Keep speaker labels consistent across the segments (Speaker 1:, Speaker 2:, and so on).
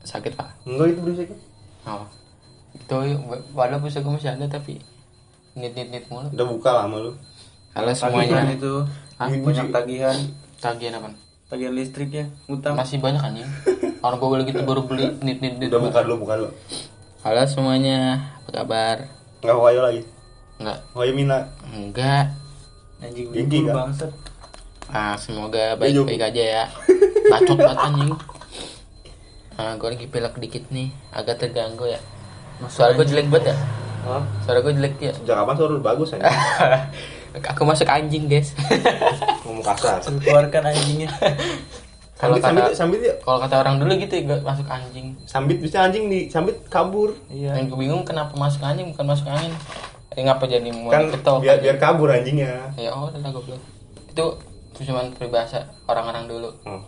Speaker 1: Enggak itu berisik.
Speaker 2: Oh. Itu wa- walau pusaka masih ada tapi nit-nit-nit mulu.
Speaker 1: Udah buka lama lu.
Speaker 2: Halo
Speaker 3: Tagihan
Speaker 2: semuanya.
Speaker 3: itu
Speaker 1: Ah,
Speaker 2: Hah?
Speaker 3: banyak tagihan,
Speaker 2: Tagihan apa?
Speaker 3: tagihan listriknya, utang.
Speaker 2: Masih banyak anjing. Orang gue lagi tuh baru beli nit-nit-nit.
Speaker 1: Udah buka dulu, buka dulu.
Speaker 2: Halo semuanya, apa kabar?
Speaker 1: Enggak hoyo lagi.
Speaker 2: Enggak,
Speaker 1: Hoyo Mina.
Speaker 2: enggak.
Speaker 3: Anjing
Speaker 1: Gigi,
Speaker 3: bingkul
Speaker 1: Kak.
Speaker 3: bangsat.
Speaker 2: Ah, semoga
Speaker 1: Iya,
Speaker 2: baik-baik aja ya. Bacot banget anjing. Ah, gue lagi pelak dikit nih, agak terganggu ya. Suara gue jelek banget ya?
Speaker 3: Oh,
Speaker 2: Suara gue jelek ya?
Speaker 1: Sejak kapan suara lu bagus
Speaker 2: Eh.
Speaker 1: aja?
Speaker 2: Aku masuk anjing, guys.
Speaker 1: Ngomong kasar.
Speaker 3: lu keluarkan anjingnya.
Speaker 2: Kalau
Speaker 1: Sambit, sambit,
Speaker 2: kata
Speaker 1: sambit ya.
Speaker 2: kalau kata orang dulu gitu, gue masuk anjing.
Speaker 1: Sambit bisa anjing di sambit kabur.
Speaker 3: Iya.
Speaker 2: Dan gue bingung kenapa masuk anjing bukan masuk angin. Eh, ngapa jadi mau
Speaker 1: Kan
Speaker 2: ketok?
Speaker 1: biar biar kabur anjingnya.
Speaker 2: Ya oh, udah goblok. Itu cuma peribahasa orang-orang dulu.
Speaker 1: Oh.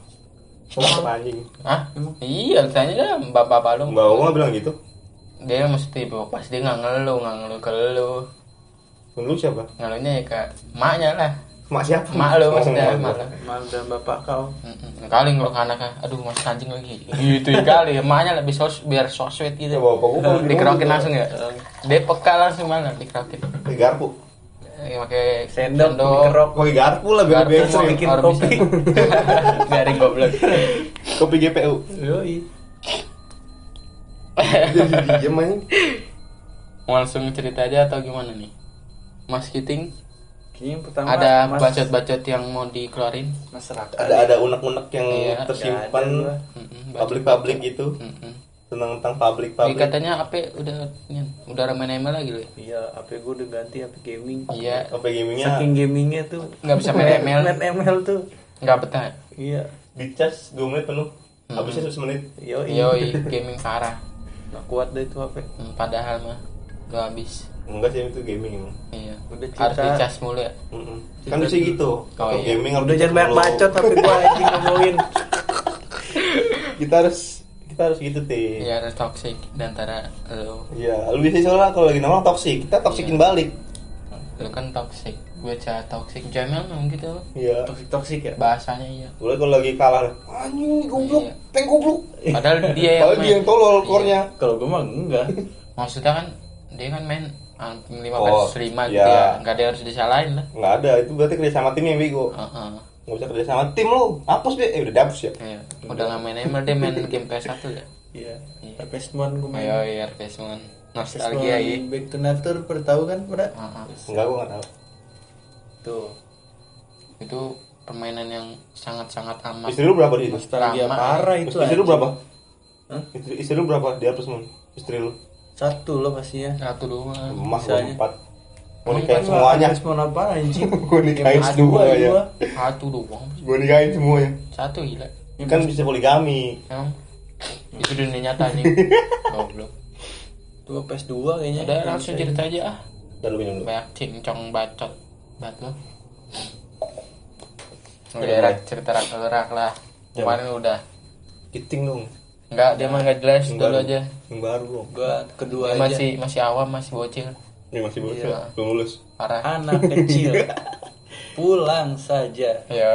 Speaker 1: Ngomong apa anjing?
Speaker 2: Hah? Iya, tanya dah bapak-bapak lu.
Speaker 1: Mbak Oma bilang gitu.
Speaker 2: dia mesti bawa pas dia nggak ngeluh nggak ngeluh ke lu
Speaker 1: Lu siapa?
Speaker 2: ngeluhnya ya ke maknya lah
Speaker 1: Mak siapa?
Speaker 2: mak lu
Speaker 1: Oh,
Speaker 2: maksudnya
Speaker 1: mak
Speaker 2: mak
Speaker 1: gua.
Speaker 2: lu
Speaker 3: Malu dan bapak kau.
Speaker 2: Mm-mm. kali ngeluh ke anaknya aduh masih anjing lagi gitu ya kali maknya lebih sos biar sosmed
Speaker 1: Ya
Speaker 2: gitu
Speaker 1: bapak gua mau
Speaker 2: dikerokin langsung ya dia peka langsung malah dikerokin
Speaker 1: Pakai garpu.
Speaker 2: ya, pakai
Speaker 3: Sendok, dikerok.
Speaker 1: Pakai garpu lah biar
Speaker 2: Garpu,
Speaker 1: biar
Speaker 3: Mau bikin
Speaker 2: Baru
Speaker 3: kopi.
Speaker 2: bisa. garing goblok
Speaker 1: kopi GPU.
Speaker 3: Yoi.
Speaker 1: Jadi diem anjing.
Speaker 2: mau langsung cerita aja atau gimana nih Mas Kiting
Speaker 3: Kayaknya yang pertama
Speaker 2: ada
Speaker 3: mas-
Speaker 2: bacot-bacot yang mau dikeluarin
Speaker 3: masyarakat.
Speaker 1: Ada ada unek-unek yang
Speaker 2: Iya,
Speaker 1: tersimpan
Speaker 3: nggak ada
Speaker 2: Mm-mm, bacot.
Speaker 1: publik-publik gitu.
Speaker 2: Mm-mm.
Speaker 1: Tentang tentang publik
Speaker 2: Ini
Speaker 1: publik.
Speaker 2: katanya apa udah ini, udah ramai-ramai lagi loh.
Speaker 3: Iya, HP gue udah ganti HP gaming.
Speaker 2: Iya,
Speaker 1: Apa gamingnya?
Speaker 3: Saking gamingnya tuh
Speaker 2: nggak bisa main ML,
Speaker 3: main ML tuh.
Speaker 2: nggak betah.
Speaker 3: Iya.
Speaker 1: dicas 2 menit penuh habisnya 1 menit
Speaker 3: Yoi.
Speaker 2: Yoi, gaming parah.
Speaker 3: Nggak kuat deh tuh HP.
Speaker 2: Hmm, Padahal mah udah habis.
Speaker 1: enggak sih itu gaming emang
Speaker 2: Iya.
Speaker 3: Udah cerita.
Speaker 2: Harus dicas mulu ya.
Speaker 1: Mm-mm. kan bisa gitu kalau gitu.
Speaker 2: iya.
Speaker 1: gaming harus
Speaker 3: Udah jangan banyak
Speaker 1: dicas mulu.
Speaker 3: bacot tapi gue anjing ngomongin.
Speaker 1: kita harus kita harus gitu ti
Speaker 2: Iya, harus toxic di antara lo.
Speaker 1: Iya, lu biasanya soalnya kalau lagi nongkrong toksik, kita
Speaker 2: Iya.
Speaker 1: toksikin balik.
Speaker 2: Lo kan toxic, gue cah toxic. Jamel memang gitu lo.
Speaker 1: Iya.
Speaker 3: Toxic toxic ya.
Speaker 2: Bahasanya iya.
Speaker 1: Udah kalau lagi kalah, anjing goblok,
Speaker 2: Iya.
Speaker 1: tank goblok.
Speaker 2: Padahal dia yang
Speaker 1: Padahal dia
Speaker 2: main. Iya.
Speaker 1: yang tolol kornya.
Speaker 3: Kalau gue mah enggak.
Speaker 2: Maksudnya kan dia kan main lima
Speaker 1: Oh,
Speaker 2: versus lima
Speaker 1: iya.
Speaker 2: gitu ya. Nggak ada yang harus disalahin lah.
Speaker 1: Enggak ada, itu berarti kerja sama tim yang bego.
Speaker 2: Heeh.
Speaker 1: Enggak usah kerja sama tim lu. Hapus deh. Eh udah dihapus ya.
Speaker 2: Iya. Udah nggak main ML dia main game PS1 ya.
Speaker 3: Iya.
Speaker 2: Iya.
Speaker 3: Tapi semuanya gue main.
Speaker 2: Ayo
Speaker 1: Iya.
Speaker 2: ya Pesman.
Speaker 3: Nostalgia
Speaker 2: Nostalgia ya.
Speaker 3: Back to Nature per tahu kan pada
Speaker 2: Heeh.
Speaker 1: Enggak gua enggak tahu.
Speaker 3: tuh
Speaker 2: Itu permainan yang sangat-sangat amat
Speaker 1: Istri lu berapa di itu?
Speaker 3: nostalgia
Speaker 2: Lama,
Speaker 3: parah itu
Speaker 1: Istri lu
Speaker 3: anjing.
Speaker 1: berapa?
Speaker 3: Hah?
Speaker 1: Istri, istri lu berapa dihapus mon? Istri lu?
Speaker 2: Hmm,
Speaker 3: satu loh pastinya.
Speaker 2: satu doang.
Speaker 1: Emas gua
Speaker 3: Misalnya.
Speaker 1: empat. Mau nikahin semuanya.
Speaker 3: Harus mau apa anjing?
Speaker 1: Gua nikahin
Speaker 3: Yang
Speaker 1: semua
Speaker 3: kedua,
Speaker 1: ya.
Speaker 3: gua.
Speaker 2: Satu doang.
Speaker 1: Gua nikahin ya. semuanya.
Speaker 2: Satu gila.
Speaker 1: Kan bisa poligami.
Speaker 2: Emang itu dunia nyata nih. Goblok.
Speaker 3: Dua PS2 kayaknya.
Speaker 2: Udah langsung cerita aja ah.
Speaker 1: Dan lu minum dulu.
Speaker 2: Banyak cincong bacot. Bat lo.
Speaker 1: Udah,
Speaker 2: Udah rak cerita rak lu, rak lah.
Speaker 3: Ya.
Speaker 2: Kemarin udah.
Speaker 1: Kiting dong.
Speaker 2: Enggak, dia mah enggak jelas
Speaker 1: Yang
Speaker 2: dulu
Speaker 1: baru.
Speaker 2: aja.
Speaker 1: Yang baru dong.
Speaker 3: Gua kedua
Speaker 2: Dia
Speaker 3: aja.
Speaker 2: masih masih awam, masih bocil.
Speaker 1: Ini masih bocil.
Speaker 2: Iya.
Speaker 1: Belum lulus.
Speaker 2: Parah.
Speaker 3: anak kecil. Pulang saja.
Speaker 2: Ya.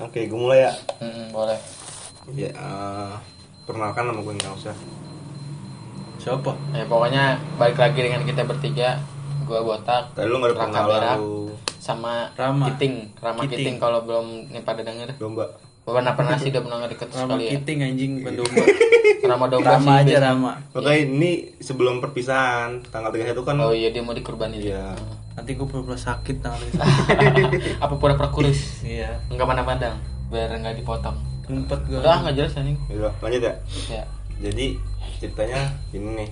Speaker 1: Oke, gua mulai ya.
Speaker 2: Mm-mm, boleh.
Speaker 1: Ya, eh, perkenalkan nama ya. gue nggak usah.
Speaker 3: Siapa?
Speaker 2: Ya pokoknya balik lagi dengan kita bertiga, gua botak,
Speaker 1: Tadi lu nggak ada
Speaker 2: Raka
Speaker 1: perkenalan
Speaker 2: Merah.
Speaker 1: lu.
Speaker 2: sama
Speaker 3: Rama.
Speaker 2: Kiting, Rama Kiting,
Speaker 3: Kiting.
Speaker 2: kalau belum nih pada denger.
Speaker 1: Domba.
Speaker 2: Gua pernah pernah sih udah pernah deket
Speaker 3: Rama
Speaker 2: sekali ya.
Speaker 3: Kiting anjing pendomba.
Speaker 2: Rama domba
Speaker 3: Rama
Speaker 2: sih,
Speaker 3: aja
Speaker 2: biasa.
Speaker 3: Rama.
Speaker 1: Oke, ini sebelum perpisahan tanggal 31 kan.
Speaker 2: Oh iya dia mau dikurbanin.
Speaker 1: Iya.
Speaker 3: Nanti gua pura-pura sakit tangan
Speaker 2: Apa pura-pura kurus?
Speaker 3: Iya.
Speaker 2: Enggak pandang-pandang biar enggak dipotong.
Speaker 3: Ngumpet gua.
Speaker 2: Udah enggak jelas anjing.
Speaker 1: Yaudah, lanjut ya.
Speaker 2: Ya.
Speaker 1: Jadi ceritanya ini nih.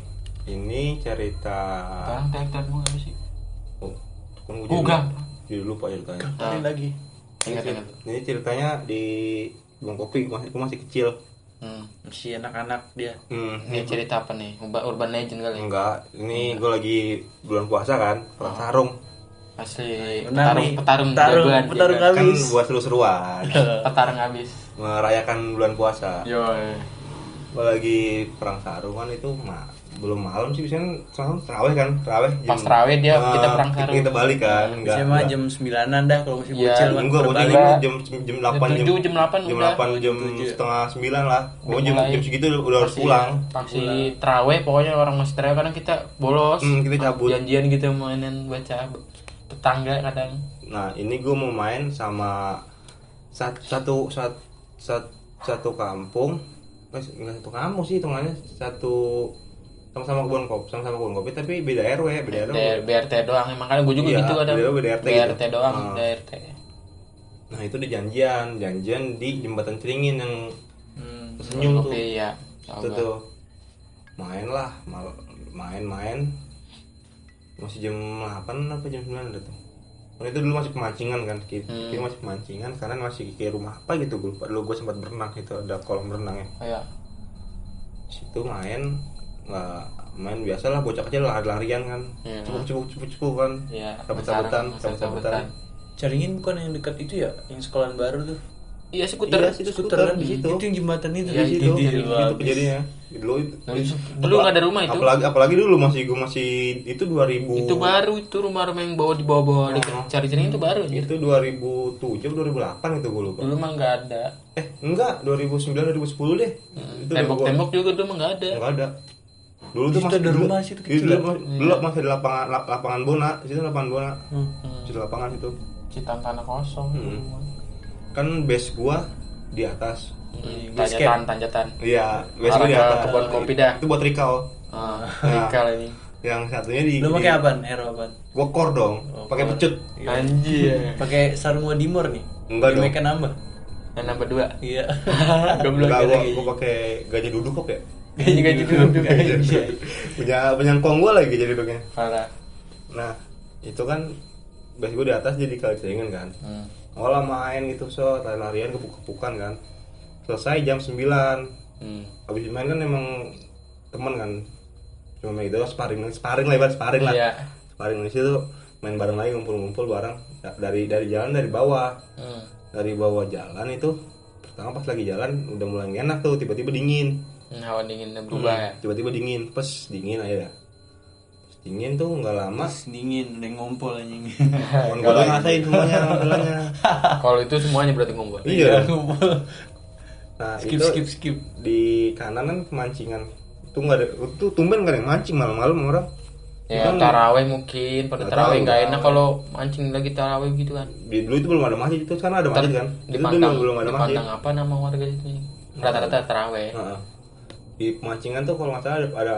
Speaker 1: Ini cerita.
Speaker 2: Sekarang tek-tek gua apa sih?
Speaker 1: Oh, kan gua jadi-
Speaker 2: Bukan.
Speaker 1: Jadi lupa ceritanya.
Speaker 3: Kali lagi.
Speaker 1: Iya
Speaker 2: Ingat-ingat.
Speaker 1: Ini ceritanya di Bung Kopi, gua masih, gua masih kecil.
Speaker 2: Hmm.
Speaker 3: Masih anak-anak dia.
Speaker 1: Hmm.
Speaker 2: Ini cerita apa nih? Urban, urban legend kali. ya?
Speaker 1: Enggak, ini gue lagi bulan puasa kan, perang
Speaker 2: Oh.
Speaker 1: sarung.
Speaker 2: Asli
Speaker 3: Benar
Speaker 2: petarung
Speaker 3: nih.
Speaker 2: petarung
Speaker 3: Petarung,
Speaker 2: jagoan,
Speaker 3: petarung
Speaker 2: jagoan.
Speaker 1: Kan
Speaker 3: Habis.
Speaker 2: Iya.
Speaker 1: buat seru-seruan,
Speaker 2: petarung habis. Iya.
Speaker 1: merayakan bulan puasa.
Speaker 2: Yo.
Speaker 1: gua lagi perang sarungan itu ma- belum malam sih biasanya selalu terawih kan terawih
Speaker 2: Pas terawih dia-
Speaker 1: Nah,
Speaker 2: kita perang sarung.
Speaker 1: kita balik kan enggak
Speaker 3: Biasanya mah jam 9-an dah kalau masih
Speaker 2: Iya,
Speaker 3: bocil mah.
Speaker 1: enggak gua
Speaker 3: Berbalik.
Speaker 1: tadi
Speaker 2: Enggak.
Speaker 1: jam jam delapan jam
Speaker 2: tujuh, jam delapan
Speaker 1: jam
Speaker 2: udah.
Speaker 1: delapan
Speaker 3: Jam
Speaker 1: jam
Speaker 3: tujuh.
Speaker 1: setengah sembilan lah gua
Speaker 2: Udah
Speaker 1: jam
Speaker 2: mulai.
Speaker 1: jam segitu udah harus
Speaker 2: Masih-
Speaker 1: pulang
Speaker 2: Masih terawih pokoknya orang masih terawih kadang kita bolos.
Speaker 1: Hmm, kita cabut.
Speaker 2: Janjian gitu mainan baca tetangga kadang.
Speaker 1: Nah ini gue mau main sama sat- satu satu satu, satu kampung, Eh, enggak satu kampung sih hitungannya satu sama-sama kebun kopi, sama-sama kebun kopi tapi beda RW, beda RW.
Speaker 2: Dari BRT doang emang kan gue
Speaker 1: Ya,
Speaker 2: juga
Speaker 1: Iya,
Speaker 2: gitu kadang.
Speaker 1: beda- beda RT gitu.
Speaker 2: doang,
Speaker 1: Ah.
Speaker 2: BRT.
Speaker 1: Nah itu di janjian, janjian di jembatan Ceringin yang
Speaker 3: Hmm.
Speaker 1: senyum tuh,
Speaker 2: Kopi, Iya. Tahu
Speaker 1: itu
Speaker 2: gua.
Speaker 1: tuh. Main lah, mal- main-main. Masih jam 8 apa jam 9 udah tuh. Nah, itu dulu masih pemancingan kan, kita
Speaker 2: Hmm.
Speaker 1: masih pemancingan karena masih kayak rumah apa gitu gue lupa. Dulu gue sempat berenang itu ada kolam renang ya.
Speaker 2: Iya.
Speaker 1: situ main nggak main biasa lah bocah kecil lari-larian kan
Speaker 2: Iya.
Speaker 1: cebuk cebuk cebuk cebuk kan
Speaker 2: Iya.
Speaker 1: sabut-sabutan
Speaker 2: pacaran,
Speaker 1: sabut-sabutan
Speaker 3: Caringin bukan yang dekat itu ya, yang sekolahan baru tuh.
Speaker 2: Iya skuter.
Speaker 1: Iya, situ skuter di situ
Speaker 3: Itu yang jembatan gitu. Ya, itu.
Speaker 2: Iya,
Speaker 1: Di situ,
Speaker 2: Di-
Speaker 1: itu
Speaker 3: Wah, gitu.
Speaker 1: kejadiannya dulu itu
Speaker 2: Nah, itu- Dulu nggak ada rumah itu.
Speaker 1: apalagi apalagi dulu masih gue masih itu 2000
Speaker 2: Itu baru itu rumah-rumah yang bawa di bawah-bawah deket cari-cari itu baru anjir.
Speaker 1: itu 2007 2008 itu gue gitu lupa
Speaker 2: Dulu mah nggak ada.
Speaker 1: eh enggak 2009 2010 deh
Speaker 2: Hmm,
Speaker 1: itu udah Iya. gua-
Speaker 2: Tembok-tembok juga dulu mah nggak ada.
Speaker 1: enggak ada dulu
Speaker 3: Di
Speaker 1: tuh
Speaker 3: situ
Speaker 1: masih
Speaker 3: ada
Speaker 1: dulu-
Speaker 3: rumah situ
Speaker 1: di
Speaker 3: kecil.
Speaker 1: dulu, dulu masih di lapangan lap- lapangan bona di situ lapangan bona
Speaker 2: Hmm.
Speaker 1: di situ lapangan itu
Speaker 2: Citan tanah kosong.
Speaker 1: Hmm.
Speaker 2: dulu mah.
Speaker 1: kan base gua di atas
Speaker 2: Hmm,
Speaker 1: Base camp.
Speaker 2: Tanjatan, tanjatan.
Speaker 1: Iya, biasanya
Speaker 2: Arah
Speaker 1: di
Speaker 2: ke Ya.
Speaker 1: atas.
Speaker 2: kebun kopi dah.
Speaker 1: Itu buat recall.
Speaker 2: Ah, Rikal ini.
Speaker 1: Yang satunya di
Speaker 3: Lu
Speaker 1: di-
Speaker 3: pakai apaan? Hero apaan?
Speaker 1: Gua kor dong,
Speaker 2: Oh,
Speaker 1: pakai pecut.
Speaker 2: Anjir.
Speaker 3: Pakai sarung Wadimor nih.
Speaker 1: Enggak dong.
Speaker 3: Make nambah.
Speaker 2: Dan nambah dua.
Speaker 3: Iya.
Speaker 2: Goblok
Speaker 1: Enggak, gua,
Speaker 2: lagi.
Speaker 1: gua pakai gajah duduk kok ya.
Speaker 2: Gaji gaji dulu juga.
Speaker 1: Iya.
Speaker 2: anjir.
Speaker 1: punya penyangkong gua lagi gajah duduknya.
Speaker 2: Parah.
Speaker 1: Nah, itu kan base gua di atas jadi kalcengan kan.
Speaker 2: Hmm.
Speaker 1: Olah main gitu so, lari-larian kepuk-kepukan kan. Selesai jam 9.
Speaker 2: Hmm.
Speaker 1: Habis main kan emang temen kan. Cuma itu sparring, sparring lebar sparring lah.
Speaker 2: Iya.
Speaker 1: Paling Indonesia tuh main bareng lagi ngumpul-ngumpul bareng Da- dari dari jalan dari bawah
Speaker 2: Hmm.
Speaker 1: dari bawah jalan itu pertama pas lagi jalan udah mulai nggak enak tuh tiba-tiba dingin
Speaker 2: Hmm, Hawa dinginnya berubah ya.
Speaker 1: tiba-tiba dingin pes dingin aja dah Pas dingin tuh nggak lama
Speaker 3: Mas dingin, udah ngompol anjing.
Speaker 1: kawan gue udah ngerasain semuanya masalahnya
Speaker 2: Kalau itu semuanya berarti ngumpul.
Speaker 1: iya
Speaker 3: Ngompol.
Speaker 1: nah
Speaker 3: skip
Speaker 1: itu
Speaker 3: skip skip.
Speaker 1: di kanan kan pemancingan tuh nggak ada tuh tumben nggak ada yang mancing malam-malam orang
Speaker 2: Ya taraweh mungkin pada
Speaker 1: Nggak
Speaker 2: taraweh
Speaker 1: tahu,
Speaker 2: nggak enak kalau mancing lagi taraweh gitu kan.
Speaker 1: di dulu itu belum ada masjid itu kan ada masjid kan
Speaker 2: Di
Speaker 1: itu
Speaker 2: pantang,
Speaker 1: dulu belum ada
Speaker 2: di
Speaker 1: masjid Nah.
Speaker 2: pantang apa nama warga itu nih? Rata-rata taraweh.
Speaker 1: Heeh. Di pemancingan tuh kalau nggak salah ada, ada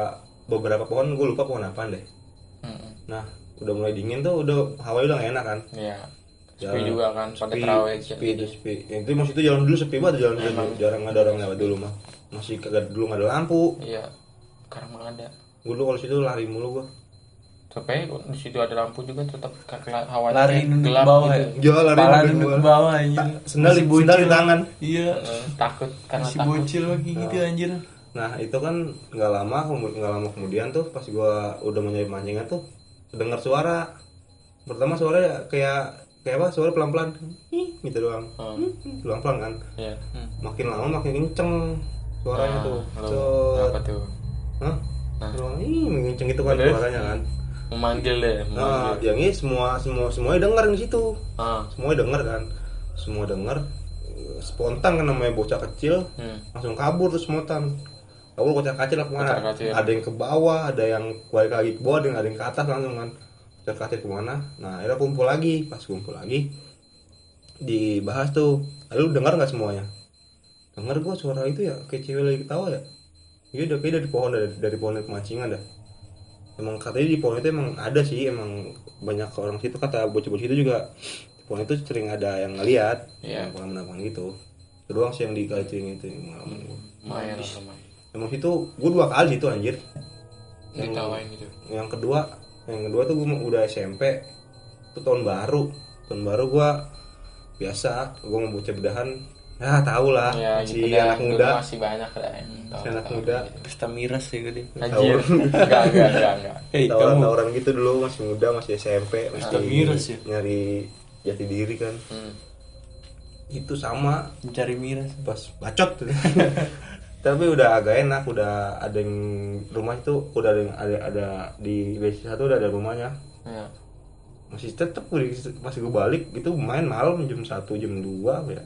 Speaker 1: beberapa pohon, gue lupa pohon apa deh.
Speaker 2: Hmm.
Speaker 1: Nah, udah mulai dingin tuh, udah hawa udah nggak enak kan.
Speaker 2: Iya. Sepi
Speaker 1: Jalan.
Speaker 2: juga kan
Speaker 1: Ya.
Speaker 2: pada
Speaker 1: Sepi,
Speaker 2: taraweh
Speaker 1: sepi, itu sepi. Ya, Itu maksud itu jalan dulu sepi banget jalan dulu. Jarang ada orang lewat dulu mah. Masih kagak dulu nggak ada lampu.
Speaker 2: Iya. Sekarang mah ada.
Speaker 1: Gue dulu kalau situ lari mulu gue.
Speaker 2: Tapi di situ ada lampu juga tetap karena hawa
Speaker 3: Lari nunduk ke
Speaker 2: gelap
Speaker 3: bawah
Speaker 2: gitu.
Speaker 3: ya.
Speaker 1: Jual lari
Speaker 3: Pala
Speaker 1: sampai
Speaker 3: nunduk
Speaker 1: gua.
Speaker 3: ke bawah anjing.
Speaker 1: Ta- Sendal di sendal di tangan.
Speaker 3: Iya.
Speaker 2: Eh, takut karena
Speaker 3: Masih
Speaker 2: takut.
Speaker 3: bocil lagi gitu anjir.
Speaker 1: Nah itu kan nggak lama kemu- nggak lama kemudian tuh pas gua udah mau nyari pancingan tuh dengar suara pertama suara ya kayak kayak apa suara pelan pelan gitu doang pelan pelan kan
Speaker 2: Iya.
Speaker 1: makin lama makin kenceng suaranya
Speaker 2: Nah,
Speaker 1: tuh
Speaker 2: kalau-
Speaker 1: Cet.
Speaker 2: apa tuh?
Speaker 1: Hah? Suaranya, ih makin kenceng gitu kan suaranya kan
Speaker 2: Hmm. Memanggil deh.
Speaker 1: nah yang ini semua semua semuanya dengar di situ
Speaker 2: Ah.
Speaker 1: semuanya dengar kan semua dengar eh, spontan kan namanya bocah kecil
Speaker 2: Hmm.
Speaker 1: langsung kabur terus motan kabur kocak kacir lah kemana
Speaker 2: Kocak-kacir.
Speaker 1: ada yang ke bawah ada yang balik lagi ke bawah ada yang, ada yang ke atas langsung kan kocak kacir kemana nah akhirnya kumpul lagi pas kumpul lagi dibahas tuh lalu dengar nggak semuanya dengar gua suara itu ya kayak cewek lagi ketawa ya iya udah kayak dari pohon dari, dari pohon pemancingan dah emang katanya di pohon itu emang ada sih emang banyak orang situ kata bocah-bocah itu juga di pohon itu sering ada yang ngeliat
Speaker 2: Iya.
Speaker 1: pengalaman-pengalaman gitu itu doang sih yang di kali Cering itu yang pengalaman gua.
Speaker 2: Lumayan lah, lumayan.
Speaker 1: emang situ gue dua kali itu anjir
Speaker 2: Ditawain gitu.
Speaker 1: yang kedua yang kedua tuh gue udah SMP itu tahun baru tahun baru gue biasa gue mau bocah bedahan ah tau lah
Speaker 2: Ya,
Speaker 1: si
Speaker 2: gitu dah.
Speaker 1: anak
Speaker 2: Dulu
Speaker 1: muda
Speaker 2: masih banyak lah. yang
Speaker 1: si
Speaker 2: tahu-
Speaker 1: anak
Speaker 2: tahu
Speaker 1: muda
Speaker 2: gitu.
Speaker 3: Pesta miras ya gede.
Speaker 2: Anjir. Enggak, enggak, enggak, enggak.
Speaker 3: Hei,
Speaker 1: tawuran
Speaker 3: Eh, kamu
Speaker 1: tawuran gitu dulu masih muda masih SMP masih
Speaker 3: virus ya.
Speaker 1: nyari jati diri kan
Speaker 2: Hmm.
Speaker 1: itu sama
Speaker 3: mencari miras.
Speaker 1: pas bacot tapi udah agak enak udah ada yang rumah itu udah ada yang ada, ada di base satu udah ada rumahnya
Speaker 2: Iya.
Speaker 1: masih tetep di- pas gue balik itu main malam jam 1 jam 2 apa ya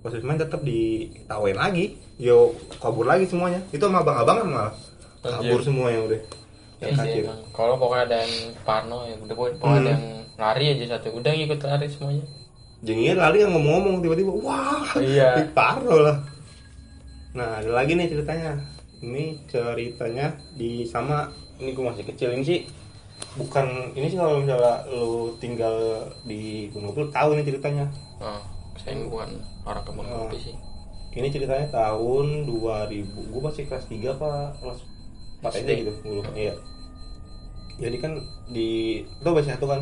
Speaker 1: pas main tetep ditawain lagi yo kabur lagi semuanya itu sama abang-abang kan malah kabur
Speaker 2: Anjir.
Speaker 1: semuanya udah
Speaker 2: Iya
Speaker 1: yang
Speaker 2: sih,
Speaker 1: kacir
Speaker 2: emang. Kalau pokoknya ada yang parno ya udah pokoknya pokoknya ada
Speaker 1: Hmm.
Speaker 2: yang lari aja satu. Udah ikut lari semuanya.
Speaker 1: jengir lari yang ngomong-ngomong tiba-tiba wah
Speaker 2: Iya.
Speaker 1: parno lah nah ada lagi nih ceritanya ini ceritanya di sama ini gue masih kecil ini sih bukan ini sih kalau misalnya lu tinggal di Gunung Kidul tahu nih ceritanya
Speaker 2: Oh, saya bukan orang kebun
Speaker 1: Oh.
Speaker 2: kopi sih.
Speaker 1: ini ceritanya tahun 2000 gue masih kelas 3 apa kelas 4 SD gitu gue lupa iya jadi kan di itu masih satu kan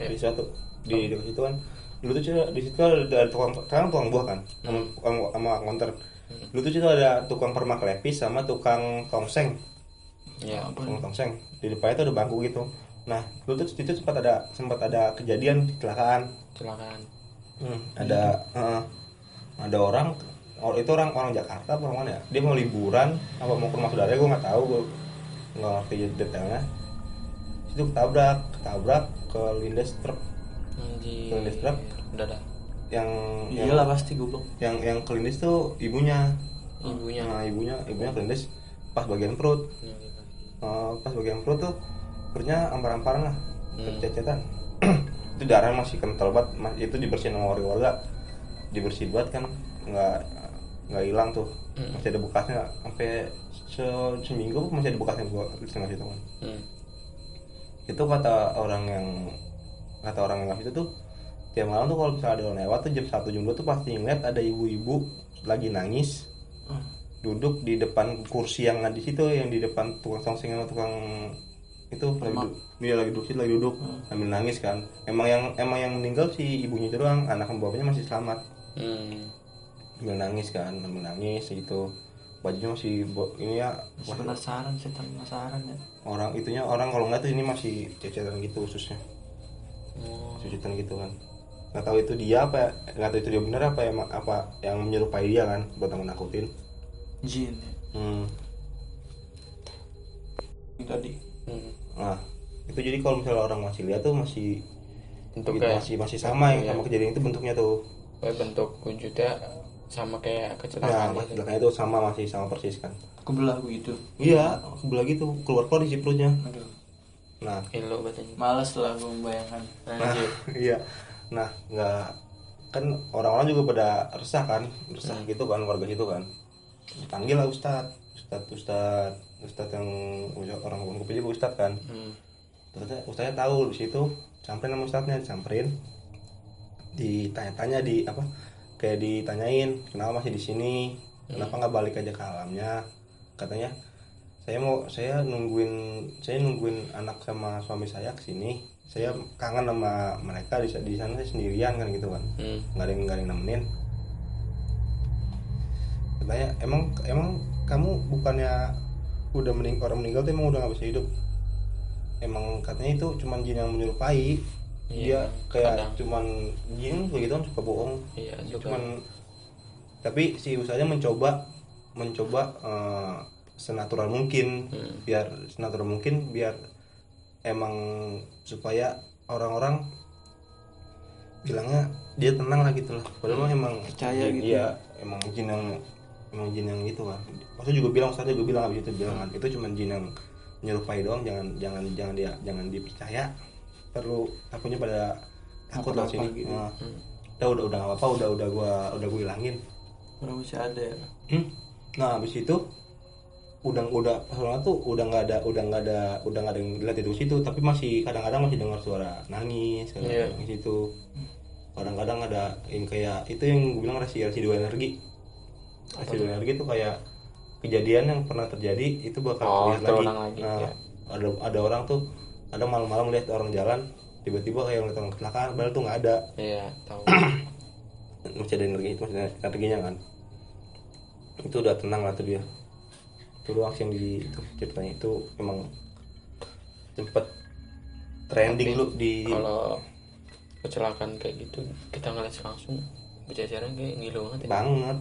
Speaker 2: Iya.
Speaker 1: di satu di dekat situ kan dulu tuh cerita di situ ada tukang sekarang tukang buah kan sama sama, sama konter dulu tuh situ ada tukang permak levis sama tukang tongseng
Speaker 2: Ya ampun.
Speaker 1: tukang tongseng di depannya tuh ada bangku gitu nah dulu tuh di situ sempat ada sempat ada kejadian kecelakaan
Speaker 2: Kecelakaan.
Speaker 1: Hmm, ada eh, ada orang or- itu orang orang Jakarta apa orang mana ya dia mau liburan apa mau ke rumah saudaranya gue nggak tahu gue nggak ngerti detailnya itu ketabrak ketabrak ke lindes truk
Speaker 2: Anjir.
Speaker 1: Yang distrap?
Speaker 2: Udah dah.
Speaker 1: yang
Speaker 3: Iyalah pasti goblok.
Speaker 1: yang yang ke lindes tuh ibunya
Speaker 2: Ibunya.
Speaker 1: nah ibunya ibunya ke lindes pas bagian perut Eh, pas bagian perut tuh perutnya ampar-amparan lah tercecetan itu darah masih kental banget ma- itu dibersihin sama warga-warga dibersihin banget kan nggak nggak hilang tuh masih ada bekasnya sampai se- seminggu masih ada bekasnya gua di tengah situ kan
Speaker 2: Hmm.
Speaker 1: itu kata orang yang kata orang yang itu tuh tiap malam tuh kalau misalnya ada orang lewat tuh jam satu jam dua tuh pasti ngeliat ada ibu-ibu lagi nangis
Speaker 3: Ah,
Speaker 1: duduk di depan kursi yang ada di situ yang di depan tukang songseng sama tukang itu lagi duduk dia lagi duduk situ, lagi duduk sambil nangis kan emang yang emang yang meninggal si ibunya itu doang anak sama bapaknya masih selamat
Speaker 2: Hmm.
Speaker 1: sambil nangis kan sambil nangis gitu bajunya masih bo- ini ya
Speaker 3: Masih penasaran, setan penasaran ya.
Speaker 1: orang itunya orang kalau nggak tuh ini masih cecetan gitu ususnya
Speaker 2: Oh.
Speaker 1: sujudan gitu kan nggak tahu itu dia apa nggak tahu itu dia benar apa emang apa yang menyerupai dia kan buat yang nakutin
Speaker 3: Jin ya.
Speaker 1: hmm.
Speaker 3: Itu Tadi.
Speaker 2: Hmm.
Speaker 1: nah itu jadi kalau misalnya orang masih lihat tuh masih
Speaker 2: Bentuk
Speaker 1: gitu,
Speaker 2: kayak
Speaker 1: masih masih sama yang
Speaker 2: Iya.
Speaker 1: sama kejadian itu bentuknya tuh
Speaker 2: kayak bentuk wujudnya sama kayak
Speaker 1: nah
Speaker 2: kecelakaan
Speaker 1: pas
Speaker 2: gitu.
Speaker 1: belakangnya tuh sama masih sama persis kan
Speaker 3: Kebelah gitu.
Speaker 1: iya sebelah gitu keluar keluar di perutnya
Speaker 3: Aduh.
Speaker 1: nah
Speaker 2: Ilo batanya.
Speaker 3: Males lah gue membayangkan.
Speaker 1: nah
Speaker 2: Anjir.
Speaker 1: iya nah nggak kan orang-orang juga pada resah kan resah
Speaker 2: Hmm.
Speaker 1: gitu kan warga situ kan dipanggil lah ustad ustad ustad ustad yang orang orang kopi juga ustad kan
Speaker 2: Hmm.
Speaker 1: ternyata ustadnya tahu di situ samperin sama ustadnya disamperin ditanya-tanya di apa kayak ditanyain kenapa masih di sini kenapa nggak balik aja ke alamnya katanya saya mau saya nungguin saya nungguin anak sama suami saya ke sini saya kangen sama mereka di, di sana saya sendirian kan gitu kan
Speaker 2: Hmm.
Speaker 1: nggak ada yang nggak ada yang nemenin katanya emang emang kamu bukannya udah mening orang meninggal tuh emang udah nggak bisa hidup emang katanya itu cuman jin yang menyerupai dia
Speaker 2: Iya,
Speaker 1: kayak
Speaker 2: kadang.
Speaker 1: cuman jin begitu kan suka bohong
Speaker 2: Iya,
Speaker 1: Dia
Speaker 2: suka.
Speaker 1: cuman tapi si usahanya mencoba mencoba eh, senatural mungkin
Speaker 2: Hmm.
Speaker 1: biar senatural mungkin biar emang supaya orang-orang bilangnya dia tenang lah gitu lah padahal mah emang
Speaker 3: Percaya
Speaker 1: jin-
Speaker 3: gitu.
Speaker 1: iya emang jin yang emang jin yang itu kan maksudnya juga bilang ustaznya juga bilang habis itu bilang kan itu cuma jin yang menyerupai doang jangan jangan jangan dia jangan dipercaya perlu takutnya pada takut lah
Speaker 3: Apa-apa
Speaker 1: sini
Speaker 3: gitu.
Speaker 1: Nah, udah udah udah nggak apa-apa udah udah gua udah gua hilangin
Speaker 3: Orang masih ada ya.
Speaker 1: Hmm. Nah, habis itu udah udah soalnya tuh udah nggak ada udah nggak ada udah nggak ada yang dilihat itu situ tapi masih kadang-kadang masih dengar suara nangis kadang
Speaker 2: Iya.
Speaker 1: nangis itu kadang-kadang ada yang kayak itu yang gue bilang residu residu energi residu energi itu kayak kejadian yang pernah terjadi itu bakal
Speaker 2: Oh,
Speaker 1: lihat lagi,
Speaker 2: terulang lagi,
Speaker 1: Nah,
Speaker 2: iya.
Speaker 1: ada ada orang tuh ada malam-malam lihat orang jalan tiba-tiba kayak ngeliat orang kecelakaan padahal tuh nggak ada
Speaker 2: Iya, tahu.
Speaker 1: masih ada energi masih ada energinya kan itu udah tenang lah tuh dia itu doang sih yang di itu ceritanya itu emang sempet trending lu di
Speaker 2: Kalau kecelakaan kayak gitu kita ngeliat langsung berjajaran kayak ngilu banget. ya.
Speaker 1: banget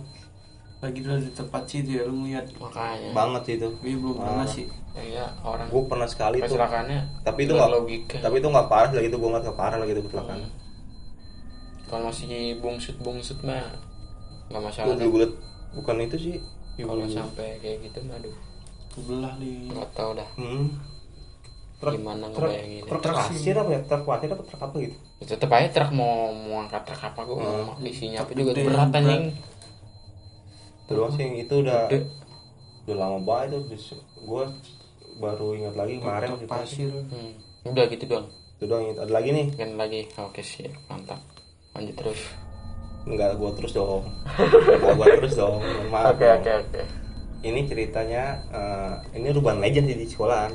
Speaker 4: lagi dulu di tempat situ ya lu ngeliat
Speaker 2: makanya
Speaker 1: banget sih itu
Speaker 4: gue belum pernah sih
Speaker 2: iya orang
Speaker 1: gue pernah sekali tuh
Speaker 2: kecelakaannya
Speaker 1: tapi itu
Speaker 2: keluar
Speaker 1: nggak
Speaker 2: logika
Speaker 1: tapi itu nggak parah lagi itu gue nggak parah lagi itu kecelakaan
Speaker 2: kalau masih bungsut bungsut mah nggak
Speaker 1: gue
Speaker 2: masalah
Speaker 1: dulu bulat bukan itu sih
Speaker 2: kalau sampai kayak gitu mah aduh
Speaker 4: kebelah nih
Speaker 2: nggak tahu dah
Speaker 1: hmm.
Speaker 2: Gimana
Speaker 1: truk
Speaker 2: ngebayanginnya?
Speaker 1: truk pasir apa ya truk pasir apa truk apa gitu
Speaker 2: Ya, tetep aja truk mau mau angkat truk apa
Speaker 1: Nah,
Speaker 2: gue mau isinya apa juga
Speaker 4: Gede,
Speaker 2: berat
Speaker 4: berat.
Speaker 2: anjing
Speaker 1: terus yang itu udah
Speaker 2: Gede.
Speaker 1: udah lama banget itu gue baru ingat lagi kemarin
Speaker 4: Truk
Speaker 1: gitu.
Speaker 4: pasir
Speaker 2: hmm. udah gitu doang
Speaker 1: itu doang ingat. ada lagi nih
Speaker 2: kan lagi oke sih mantap lanjut terus
Speaker 1: nggak gue terus dong nggak gue terus dong maaf dong.
Speaker 2: oke
Speaker 1: ini ceritanya eh, ini ruban legend sih di sekolahan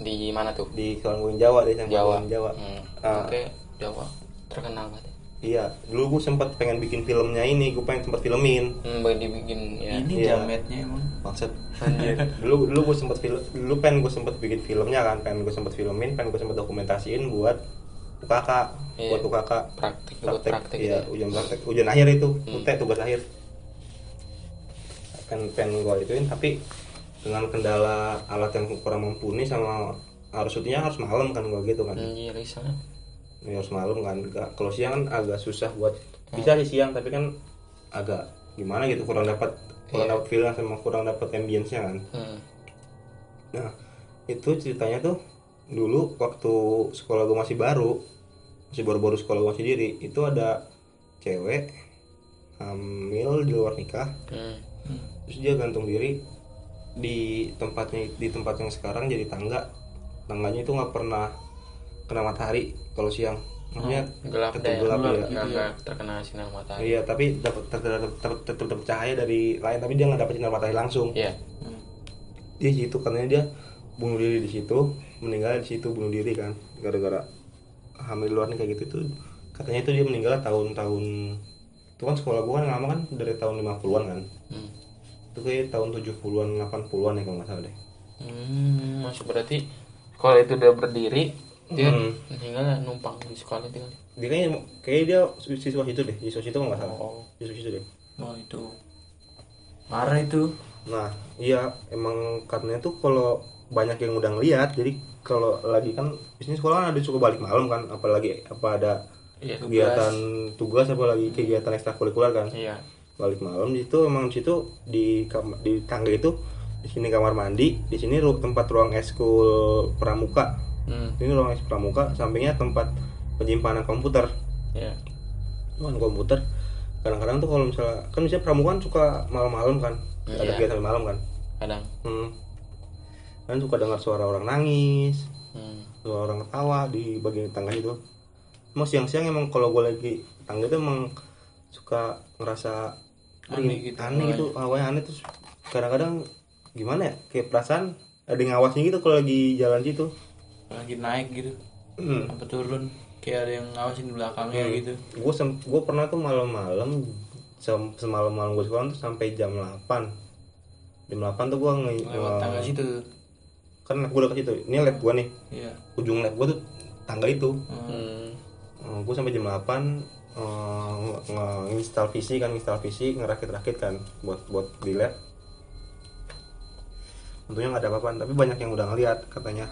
Speaker 2: di mana tuh
Speaker 1: di kalangan Jawa deh yang
Speaker 2: Jawa
Speaker 1: Kalangun Jawa
Speaker 2: Hmm.
Speaker 1: Ah.
Speaker 2: oke ya Jawa terkenal banget
Speaker 1: iya dulu gue sempat pengen bikin filmnya ini gue pengen sempat filmin
Speaker 2: hmm, bagi dibikin ya
Speaker 4: ini
Speaker 1: Iya.
Speaker 4: jametnya emang
Speaker 1: maksud
Speaker 2: lanjut
Speaker 1: dulu dulu gue sempat film dulu pengen gue sempat bikin filmnya kan pengen gue sempat filmin pengen gue sempat dokumentasiin buat UKK
Speaker 2: Iya.
Speaker 1: buat UKK
Speaker 2: praktik buat praktik
Speaker 1: iya,
Speaker 2: ya
Speaker 1: ujian praktek ujian akhir itu UT tugas akhir pengen pengen gue ituin tapi dengan kendala alat yang kurang mumpuni sama harus syutingnya harus malam kan gue gitu
Speaker 4: Hmm,
Speaker 1: kan
Speaker 4: iya,
Speaker 2: Anjir, Lisa.
Speaker 1: Ini harus malam kan Nggak- kalau siang kan agak susah buat bisa sih siang tapi kan agak gimana gitu kurang dapat kurang dapat feel sama kurang dapat ambience kan
Speaker 2: Hmm.
Speaker 1: nah itu ceritanya tuh dulu waktu sekolah gue masih baru masih baru-baru sekolah gue sendiri itu ada cewek hamil di luar nikah
Speaker 2: Hmm.
Speaker 1: terus dia gantung diri di tempatnya di tempat yang sekarang jadi tangga tangganya itu nggak pernah kena matahari kalau siang maksudnya
Speaker 2: Oh, gelap
Speaker 1: tetap
Speaker 2: deh
Speaker 1: gelap ya.
Speaker 2: nggak
Speaker 4: Iya.
Speaker 2: nggak terkena sinar matahari
Speaker 1: Iya, tapi dapat tetap dapat cahaya dari lain, tapi dia nggak dapat sinar matahari langsung.
Speaker 2: iya
Speaker 4: Hmm.
Speaker 1: Dia di situ karena dia bunuh diri di situ, meninggal di situ bunuh diri kan, gara-gara hamil luar nih kayak gitu tuh. Katanya itu dia meninggal tahun-tahun itu kan sekolah gua kan lama kan dari tahun 50-an kan.
Speaker 2: Hmm.
Speaker 1: Itu kayak tahun 70-an, 80-an ya kalau nggak salah deh.
Speaker 2: Hmm, masih berarti kalau itu udah berdiri dia
Speaker 1: Hmm.
Speaker 2: tinggal numpang di sekolah tinggal.
Speaker 1: Dia kayaknya kayaknya dia siswa situ deh, siswa situ kalau nggak salah. Siswa situ deh.
Speaker 4: oh itu parah itu
Speaker 1: Nah, iya emang katanya tuh kalau banyak yang udah ngeliat, jadi kalau lagi kan bisnis sekolah kan ada suka balik malam kan, apalagi apa ada
Speaker 2: Iya.
Speaker 1: kegiatan tugas apalagi kegiatan ekstrakurikuler kan.
Speaker 2: Iya.
Speaker 1: Balik malam di situ emang di situ di kam- di tangga itu di sini kamar mandi, di sini ru- tempat ruang eskul pramuka.
Speaker 2: Hmm.
Speaker 1: Ini ruang eskul pramuka, sampingnya tempat penyimpanan komputer.
Speaker 2: Iya.
Speaker 1: Cuman komputer kadang-kadang tuh kalau misalnya kan misalnya pramuka kan suka malam-malam kan, ada
Speaker 2: Iya.
Speaker 1: kegiatan malam kan.
Speaker 2: Kadang.
Speaker 1: Hmm. Kan suka dengar suara orang nangis,
Speaker 2: Hmm.
Speaker 1: suara orang ketawa di bagian tangga itu. Emang siang-siang emang kalau gue lagi tangga itu emang suka ngerasa
Speaker 4: Aneh gitu.
Speaker 1: aneh gitu, awalnya aneh terus kadang-kadang gimana ya kayak perasaan ada yang ngawasin gitu kalau lagi jalan gitu.
Speaker 4: lagi naik gitu
Speaker 1: Hmm.
Speaker 4: apa turun kayak ada yang ngawasin di belakangnya gitu
Speaker 1: Gue sem- gue pernah tuh malam-malam sem- semalam-malam gue sekolah tuh sampai jam 8 jam 8 tuh gue nge-
Speaker 4: lewat
Speaker 1: nge-
Speaker 4: tangga situ tuh
Speaker 1: kan gue udah ke situ ini lab gue nih
Speaker 4: iya
Speaker 1: ujung lab gue tuh tangga itu
Speaker 2: Hmm.
Speaker 1: gue sampai jam 8 eh, nge- nge-install PC kan install PC ngerakit-rakit kan buat buat di lab tentunya nggak ada apa-apa tapi banyak yang udah ngeliat katanya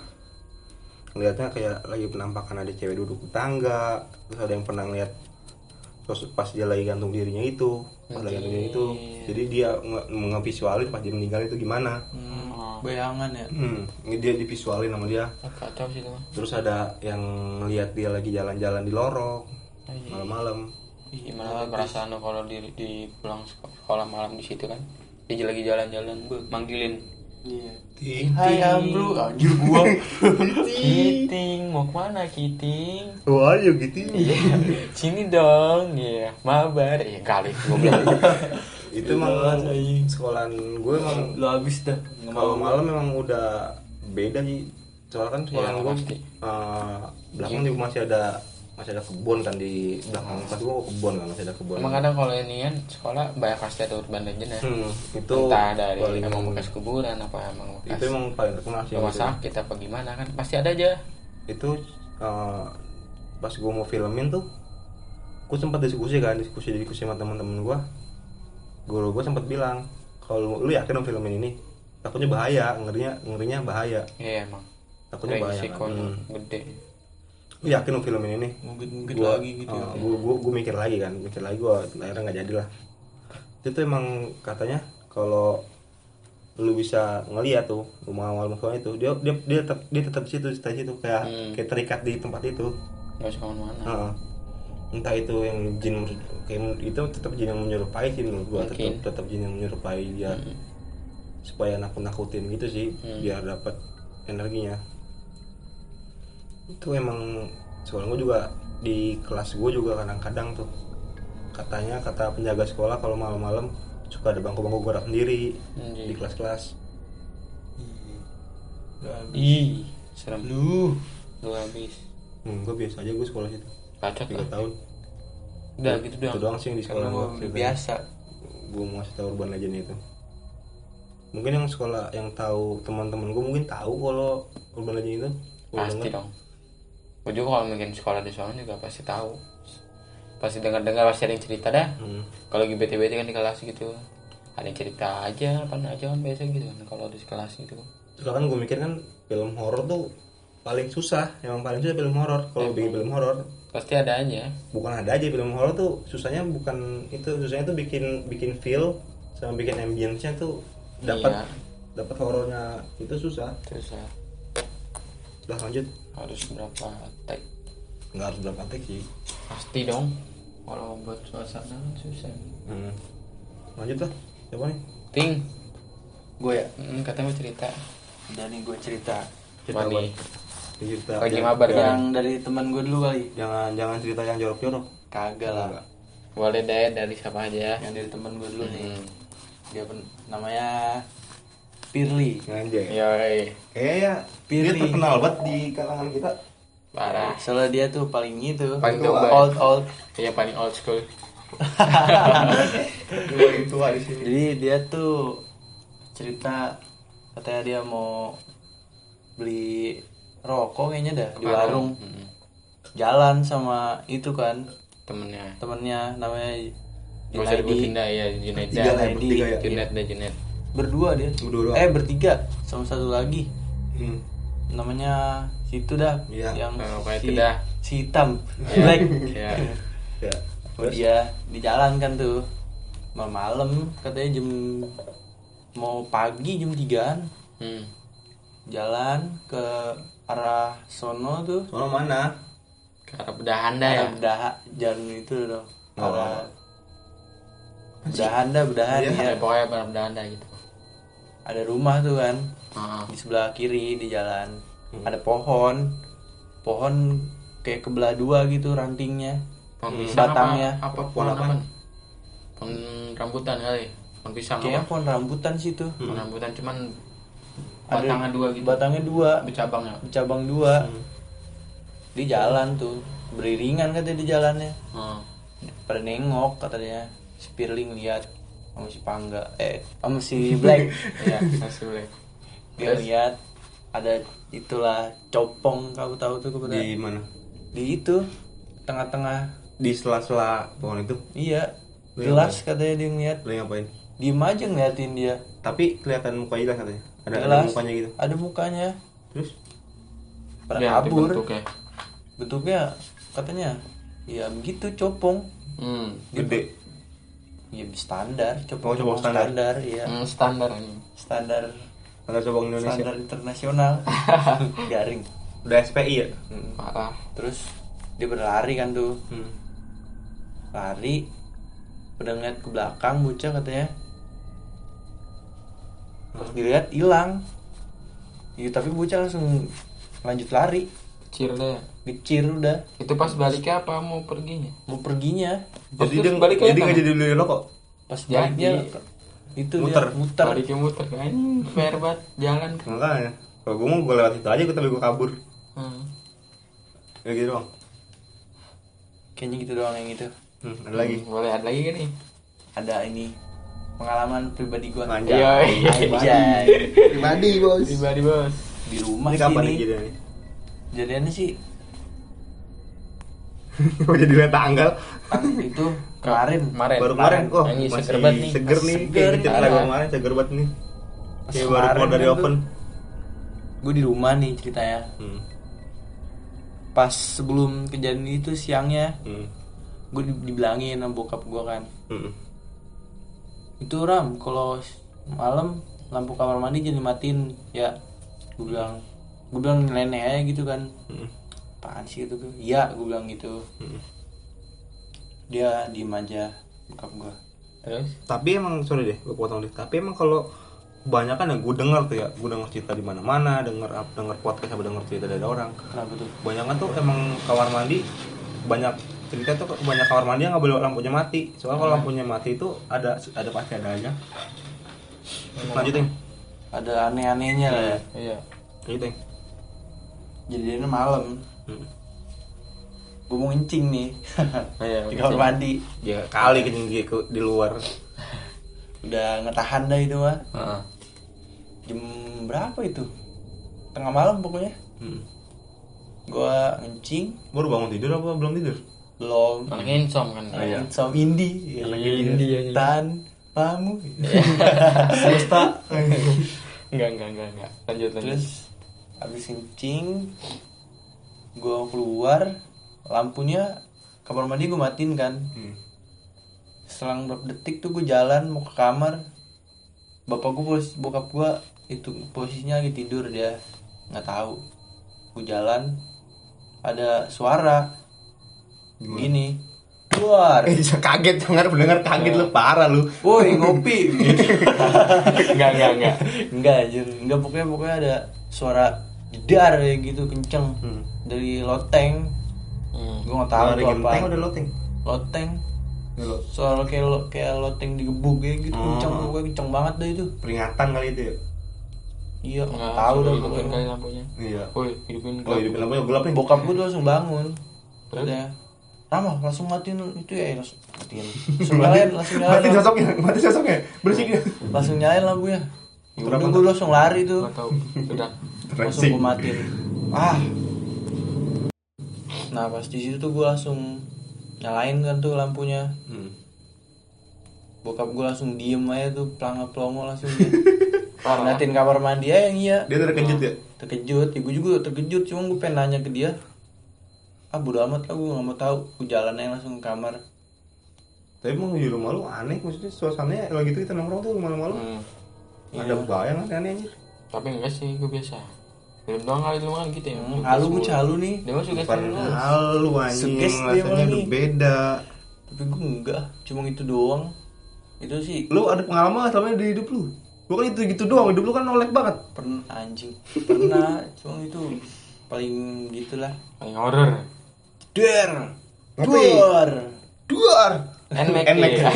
Speaker 1: ngeliatnya kayak lagi penampakan ada cewek duduk di tangga terus ada yang pernah ngeliat terus pas dia lagi gantung dirinya itu pas lagi gantung dirinya itu jadi dia nge- ngevisualin pas dia meninggal itu gimana
Speaker 4: Hmm, bayangan ya
Speaker 1: hmm, ini dia divisualin sama dia
Speaker 2: Kacau sih itu mah.
Speaker 1: terus ada yang ngeliat dia lagi jalan-jalan di lorong
Speaker 2: Anjing.
Speaker 1: malam-malam
Speaker 2: Gimana perasaan lo kalau di di pulang sek- sekolah malam di situ kan? Dia lagi jalan-jalan, bu, manggilin.
Speaker 4: iya
Speaker 2: Hai
Speaker 4: bro
Speaker 2: Amru,
Speaker 4: anjir gua
Speaker 2: Kiting, mau kemana Kiting?
Speaker 1: Wah, ayo gitu
Speaker 2: Iya, sini dong, iya, mabar, iya kali, gue bilang. gitu.
Speaker 1: Itu emang sekolahan gue emang
Speaker 4: lu habis dah nggak
Speaker 1: kalau
Speaker 4: mau
Speaker 1: malam emang udah beda sih. Soalnya kan sekolahan
Speaker 2: Iya,
Speaker 1: gue
Speaker 2: pasti.
Speaker 1: eh, belakang juga masih ada masih ada kebun kan di belakang pas gue kebun kan masih ada kebun.
Speaker 2: Emang kadang kalau ini kan sekolah banyak pasti ada urban legend ya.
Speaker 1: Hmm, itu
Speaker 2: entah dari
Speaker 1: paling
Speaker 2: emang bekas kuburan apa emang bekas
Speaker 1: itu emang paling terkenal sih.
Speaker 2: rumah
Speaker 1: gitu.
Speaker 2: sakit apa gimana kan pasti ada aja
Speaker 1: Itu eh, pas gue mau filmin tuh gue sempat diskusi kan diskusi diskusi sama teman-teman gue guru gue sempat bilang kalau lu yakin dong filmin ini takutnya bahaya ngerinya ngerinya bahaya
Speaker 2: Iya emang.
Speaker 1: takutnya bahaya kan?
Speaker 2: Resikonya
Speaker 1: Hmm.
Speaker 2: gede.
Speaker 1: lu yakin dong filmin ini
Speaker 4: mungkin-mungkin
Speaker 1: gua,
Speaker 4: lagi gitu ya.
Speaker 1: eh, gua, gua, gua mikir lagi kan mikir lagi gua akhirnya nggak jadi lah itu tuh emang katanya kalau lu bisa ngeliat tuh rumah awal musuhnya itu dia dia dia tetap dia tetap di situ di situ kayak
Speaker 2: Hmm.
Speaker 1: kayak terikat di tempat itu
Speaker 2: Gak usah kemana-mana.
Speaker 1: Heeh. entah itu yang jin kayak itu tetap jin yang menyerupai sih menurut gua tetap
Speaker 2: Mungkin.
Speaker 1: tetap jin yang menyerupai dia supaya nakut nakutin gitu sih biar dapat energinya itu emang soalnya gua juga di kelas gua juga kadang-kadang tuh katanya kata penjaga sekolah kalau malam-malam suka ada bangku-bangku gerak sendiri
Speaker 2: Anjing.
Speaker 1: di kelas-kelas
Speaker 4: Udah
Speaker 2: Hmm.
Speaker 4: habis.
Speaker 2: Ih, serem.
Speaker 4: Lu
Speaker 2: Lu habis.
Speaker 1: hmm, gue biasa aja gue sekolah situ
Speaker 2: Kacau
Speaker 1: tiga
Speaker 2: lah.
Speaker 1: tahun
Speaker 2: Udah gitu
Speaker 1: itu
Speaker 2: doang.
Speaker 1: doang sih yang di sekolah
Speaker 4: karena
Speaker 1: gua
Speaker 4: gua udah
Speaker 1: ceritanya.
Speaker 4: biasa.
Speaker 1: gue mau kasih tau urban legend itu mungkin yang sekolah yang tahu teman-teman gue mungkin tahu kalau urban legend itu Gua
Speaker 2: Pasti
Speaker 1: denger.
Speaker 2: dong. Gue juga kalau mungkin sekolah di sana juga pasti tahu. Pasti dengar-dengar pasti ada yang cerita dah.
Speaker 1: Hmm.
Speaker 2: Kalau lagi bete-bete kan di kelas gitu. Ada yang cerita aja, apa aja kan biasa gitu kan kalau di kelas gitu.
Speaker 1: Terus kan gue mikir kan film horor tuh paling susah emang paling susah film horor kalau
Speaker 2: Iya.
Speaker 1: bikin film horor
Speaker 2: Pasti ada aja.
Speaker 1: bukan ada aja film horor tuh susahnya bukan itu susahnya tuh bikin bikin feel sama bikin ambience-nya tuh dapat
Speaker 2: Iya.
Speaker 1: dapat horornya itu susah
Speaker 2: Terus ya,
Speaker 1: udah lanjut
Speaker 2: harus berapa take?
Speaker 1: nggak harus berapa take sih
Speaker 2: Pasti dong.
Speaker 4: Kalau buat suasana kan susah.
Speaker 1: Hmm. lanjut lah siapa nih
Speaker 2: Ting,
Speaker 4: Gue ya.
Speaker 2: hmm, katanya mau cerita.
Speaker 4: Dan nih gue cerita
Speaker 1: Cerita
Speaker 2: Mani.
Speaker 1: Ini cerita
Speaker 2: Lagi
Speaker 1: jangan-
Speaker 2: mabar kan?
Speaker 4: yang dari teman gue dulu kali.
Speaker 1: jangan jangan cerita yang jorok-jorok
Speaker 4: Kagak lah.
Speaker 2: Boleh deh dari siapa aja. ya.
Speaker 4: Yang dari teman gue dulu nih.
Speaker 2: Hmm.
Speaker 4: Dia pen- namanya Pirli.
Speaker 1: Anjay.
Speaker 2: Yoi.
Speaker 1: ya. Kayaknya ya,
Speaker 4: Pilih.
Speaker 1: Iya. dia terkenal banget di kalangan kita.
Speaker 2: Parah.
Speaker 4: Soalnya dia tuh paling itu
Speaker 2: Paling tua.
Speaker 4: old old.
Speaker 2: Iya paling old school.
Speaker 1: Gue paling tua di sini.
Speaker 4: Jadi dia tuh cerita katanya dia mau beli rokok kayaknya dah di warung.
Speaker 2: Mm-mm.
Speaker 4: Jalan sama itu kan
Speaker 2: Temennya.
Speaker 4: temennya namanya
Speaker 2: Gak usah
Speaker 4: Junaidi.
Speaker 2: disebutin dah ya Junaid
Speaker 1: Tiga lah,
Speaker 2: dah.
Speaker 1: ya, bertiga ya.
Speaker 2: Junaid dah Junaid.
Speaker 4: Berdua dia.
Speaker 1: Berdua.
Speaker 4: Eh bertiga sama satu lagi
Speaker 1: Hmm.
Speaker 4: namanya situ dah
Speaker 1: Iya.
Speaker 4: yang
Speaker 2: Nah, kayak itu dah.
Speaker 4: si hitam black Oh,
Speaker 2: Ya.
Speaker 1: Ya. Terus
Speaker 4: dia di jalan kan tuh malam-malam katanya jam mau pagi jam 3an
Speaker 2: Hmm.
Speaker 4: jalan ke arah sono tuh
Speaker 1: orang mana?
Speaker 2: Ke arah bedahan dah ya.
Speaker 4: arah bedah jalan itu loh
Speaker 1: Oh.
Speaker 4: arah bedahan dah bedahan ya
Speaker 2: Ya, pokoknya arah bedahan dah gitu.
Speaker 4: ada rumah tuh kan
Speaker 2: Ah,
Speaker 4: di sebelah kiri di jalan
Speaker 2: Hmm.
Speaker 4: ada pohon pohon kayak kebelah dua gitu rantingnya
Speaker 2: Pohon pisang
Speaker 4: Hmm. Batangnya.
Speaker 2: apa? Apa pohon apa? Pohon rambutan kali. Pohon pisang
Speaker 4: kayaknya
Speaker 2: apa?
Speaker 4: pohon rambutan sih tuh
Speaker 2: Pohon rambutan cuman Hmm.
Speaker 4: Ada-
Speaker 2: batangnya dua gitu.
Speaker 4: batangnya dua
Speaker 2: Bercabang ya.
Speaker 4: cabang dua di jalan tuh beriringan katanya di jalannya
Speaker 2: Ah.
Speaker 4: pada nengok katanya si Pirling lihat sama si Pangga eh sama si Black
Speaker 2: Iya, masih boleh.
Speaker 4: dia lihat ada itulah copong kamu tahu tuh kepada
Speaker 1: Di mana?
Speaker 4: di itu tengah-tengah
Speaker 1: Di sela-sela pohon itu.
Speaker 4: iya
Speaker 1: Lu
Speaker 4: jelas katanya dia ngeliat
Speaker 1: Lu ngapain?
Speaker 4: diem aja ngeliatin dia
Speaker 1: Tapi kelihatan mukanya hilang katanya. Ada, ada
Speaker 4: jelas
Speaker 1: mukanya gitu.
Speaker 4: ada mukanya
Speaker 1: Terus
Speaker 4: pada
Speaker 2: Lihat
Speaker 4: kabur
Speaker 2: bentuknya.
Speaker 4: bentuknya katanya ya begitu copong
Speaker 2: Hmm.
Speaker 1: gede.
Speaker 4: ya standar
Speaker 1: Oh,
Speaker 4: copong,
Speaker 1: copong standar.
Speaker 4: standar ya
Speaker 2: Hmm, standar ini.
Speaker 4: standar
Speaker 1: Ada cabang Indonesia.
Speaker 4: standar internasional garing
Speaker 1: Udah SPI ya?
Speaker 4: Mm.
Speaker 2: Parah.
Speaker 4: terus dia berlari kan tuh
Speaker 1: Hmm.
Speaker 4: lari udah ngeliat ke belakang bocah katanya terus dilihat hilang Iya tapi bocah langsung lanjut lari
Speaker 2: Kecil deh.
Speaker 4: kecil udah
Speaker 2: Itu pas baliknya apa mau perginya?
Speaker 4: mau perginya
Speaker 1: Jadi
Speaker 2: Terus
Speaker 1: dia
Speaker 2: balik
Speaker 1: jadi
Speaker 2: kelihatan.
Speaker 1: nggak jadi ya, beli rokok.
Speaker 4: pas
Speaker 2: Jadi,
Speaker 4: baliknya itu
Speaker 1: muter.
Speaker 4: dia muter
Speaker 2: Baliknya muter kan. Fair banget jalan kan.
Speaker 1: Makanya. Kalau gue mau gue lewat itu aja, gua- tapi gue kabur.
Speaker 2: Hmm.
Speaker 1: Ya gitu doang.
Speaker 4: kayaknya gitu doang yang itu
Speaker 1: Hmm, ada lagi.
Speaker 2: Hmm, Boleh ada lagi kan nih?
Speaker 4: ada ini pengalaman pribadi gua
Speaker 1: Manja.
Speaker 2: Iya.
Speaker 4: Anjay.
Speaker 1: Hmm. Pribadi bos.
Speaker 2: Pribadi bos.
Speaker 4: di rumah
Speaker 1: Ini
Speaker 4: sih
Speaker 1: kapan nih
Speaker 4: ini
Speaker 1: kejadiannya?
Speaker 4: jadinya sih
Speaker 1: mau jadi lihat tanggal
Speaker 4: Tang- itu kemarin
Speaker 2: Kemarin.
Speaker 1: baru kemarin wah
Speaker 2: Yang
Speaker 1: masih
Speaker 2: seger banget nih.
Speaker 1: seger nih kayak
Speaker 4: Seger.
Speaker 1: cerita lagu kemarin seger banget nih
Speaker 4: Pas
Speaker 1: kayak baru keluar
Speaker 4: kemarin
Speaker 1: dari
Speaker 4: kan
Speaker 1: open
Speaker 4: gue di rumah nih ceritanya
Speaker 1: hmm.
Speaker 4: pas sebelum kejadian itu siangnya
Speaker 1: Hmm.
Speaker 4: gue dibilangin sama bokap gue kan
Speaker 1: Hmm.
Speaker 4: itu ram kalau s- malam lampu kamar mandi jangan dimatiin ya gue bilang gue bilang nenek aja gitu kan
Speaker 1: Hmm.
Speaker 4: apaan sih itu iya gue bilang gitu
Speaker 1: Hmm.
Speaker 4: dia diem aja bokap gue
Speaker 2: Terus?
Speaker 1: tapi emang sorry deh gue potong deh tapi emang kalau kebanyakan ya gue dengar tuh ya gue dengar cerita di mana mana dengar dengar podcast apa dengar cerita dari orang
Speaker 4: kenapa tuh
Speaker 1: kebanyakan tuh emang kamar mandi banyak cerita tuh banyak kamar mandi yang nggak boleh lampunya mati soalnya kalau lampunya mati itu ada ada pasti ada aja lanjutin
Speaker 4: ada aneh-anehnya lah ya
Speaker 2: Iya.
Speaker 1: lanjutin
Speaker 4: jadinya malam
Speaker 1: Hmm.
Speaker 4: gue mau ngencing nih
Speaker 2: Iya.
Speaker 4: di kamar mandi
Speaker 1: ya kali kencing di, ke- di luar
Speaker 4: udah ngetahan dah itu mah
Speaker 2: Heeh.
Speaker 4: jam berapa itu tengah malam pokoknya
Speaker 1: Hmm.
Speaker 4: gue ngencing
Speaker 1: baru bangun tidur apa belum tidur
Speaker 4: belum
Speaker 2: Anak insom kan.
Speaker 4: Oh, Iya. Som Indi, ya, lagi
Speaker 2: Indi, iya, iya.
Speaker 4: Tan, pamu, semesta.
Speaker 2: Enggak, enggak, enggak, enggak. Lanjut, lanjut.
Speaker 4: Terus habis kencing, gua keluar, lampunya kamar mandi gua matiin kan.
Speaker 1: Hmm.
Speaker 4: Selang berapa detik tuh gua jalan mau ke kamar, bapak gua pos- bokap gua itu posisinya lagi tidur dia nggak tahu. Gua jalan, ada suara gini, keluar.
Speaker 1: Iya, kaget dengar pendengar kaget lu parah lu
Speaker 4: Woi ngopi
Speaker 2: Enggak, enggak, enggak.
Speaker 4: Enggak anjir Enggak pokoknya pokoknya ada suara jedar kayak gitu kenceng
Speaker 1: Hmm.
Speaker 4: Dari loteng
Speaker 2: Hmm.
Speaker 4: Gue gak tau
Speaker 1: tahu
Speaker 4: itu apa
Speaker 1: udah loteng
Speaker 4: Loteng Suara kayak, lo, kayak loteng digebuk kayak gitu Kenceng pokoknya kenceng banget dah itu
Speaker 1: peringatan kali itu ya
Speaker 4: Iya
Speaker 2: Enggak
Speaker 4: gak tau dah
Speaker 2: hidupin
Speaker 4: pokoknya
Speaker 2: kali lampunya.
Speaker 1: iya
Speaker 2: Woi, hidupin
Speaker 1: oh hidupin lampunya gelap nih
Speaker 4: Bokap gue tuh langsung bangun
Speaker 2: Terus?
Speaker 4: Udah Rama langsung matiin itu ya langsung matiin Langsung nyalain langsung nyalain lampu-
Speaker 1: sosoknya mati sosoknya bersih dia
Speaker 4: Langsung nyalain lampunya Udah gue langsung lari tuh
Speaker 2: Enggak tahu. Sudah.
Speaker 4: langsung gue matiin ah nah pas di situ tuh gue langsung nyalain kan tuh lampunya
Speaker 1: hmm.
Speaker 4: bokap gue langsung diem aja tuh pelanga pelongo langsung dia ngeliatin kamar mandi aja yang iya
Speaker 1: dia terkejut ya
Speaker 4: terkejut ya gue juga terkejut cuma gue pengen nanya ke dia ah bodo amat lah gue gak mau tahu gue jalan aja langsung ke kamar
Speaker 1: tapi emang di rumah lu aneh maksudnya suasananya lagi itu kita nongkrong tuh malam malam
Speaker 2: Hmm.
Speaker 1: ada kan, bayangan aneh anjir
Speaker 2: Tapi enggak sih, gue biasa. Belum doang kali lu kan gitu ya.
Speaker 4: hmm, halu gue halu nih
Speaker 2: Dia masuk ke
Speaker 1: bukan halu anjing
Speaker 4: Sugesti dia
Speaker 1: rasanya
Speaker 4: malah
Speaker 1: udah
Speaker 4: nih.
Speaker 1: beda
Speaker 4: tapi gue enggak cuma itu doang itu sih
Speaker 1: lu ada pengalaman nggak selama ini di hidup lu gua kan itu gitu doang hidup lu kan nolak banget
Speaker 4: pernah anjing pernah cuma itu paling gitulah
Speaker 2: Paling horror.
Speaker 4: Der.
Speaker 1: Ngopi.
Speaker 4: Duar.
Speaker 1: duar
Speaker 2: Enek.
Speaker 1: Enek.
Speaker 2: iya.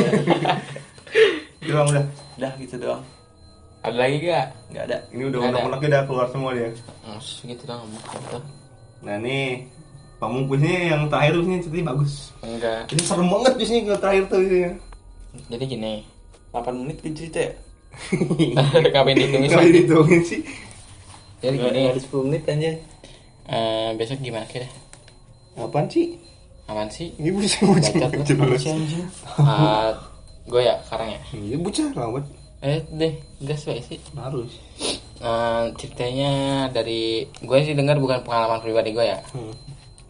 Speaker 1: doang udah
Speaker 4: Dah gitu doang.
Speaker 2: Ada lagi gak?
Speaker 4: Nggak ada.
Speaker 1: ini udah
Speaker 2: Ada.
Speaker 1: unek-unek udah keluar semua dia
Speaker 2: Mas, gitu dong. Gitu.
Speaker 1: nah ini pamungkusnya yang terakhir ini ceritanya bagus
Speaker 2: Enggak.
Speaker 1: ini serem banget biasanya yang terakhir tuh ya.
Speaker 2: Jadi gini.
Speaker 4: 8 menit kan cerita ya?
Speaker 2: Rekamin ditulis.
Speaker 1: Kalau dihitungin sih
Speaker 2: Jadi gini.
Speaker 4: Nggak ada 10 menit aja.
Speaker 2: eh, besok gimana kira?
Speaker 1: Apaan sih?
Speaker 2: Aman sih.
Speaker 1: Ini bocah bocah
Speaker 2: Bacat lu.
Speaker 1: jelas.
Speaker 4: Si anjing.
Speaker 2: Ah, gue ya sekarang ya.
Speaker 1: Ini Iya, bocah rawat.
Speaker 2: Eh deh, gas baik sih.
Speaker 1: Harus.
Speaker 2: Eh, ceritanya dari gue sih dengar bukan pengalaman pribadi gue ya.
Speaker 1: Hmm.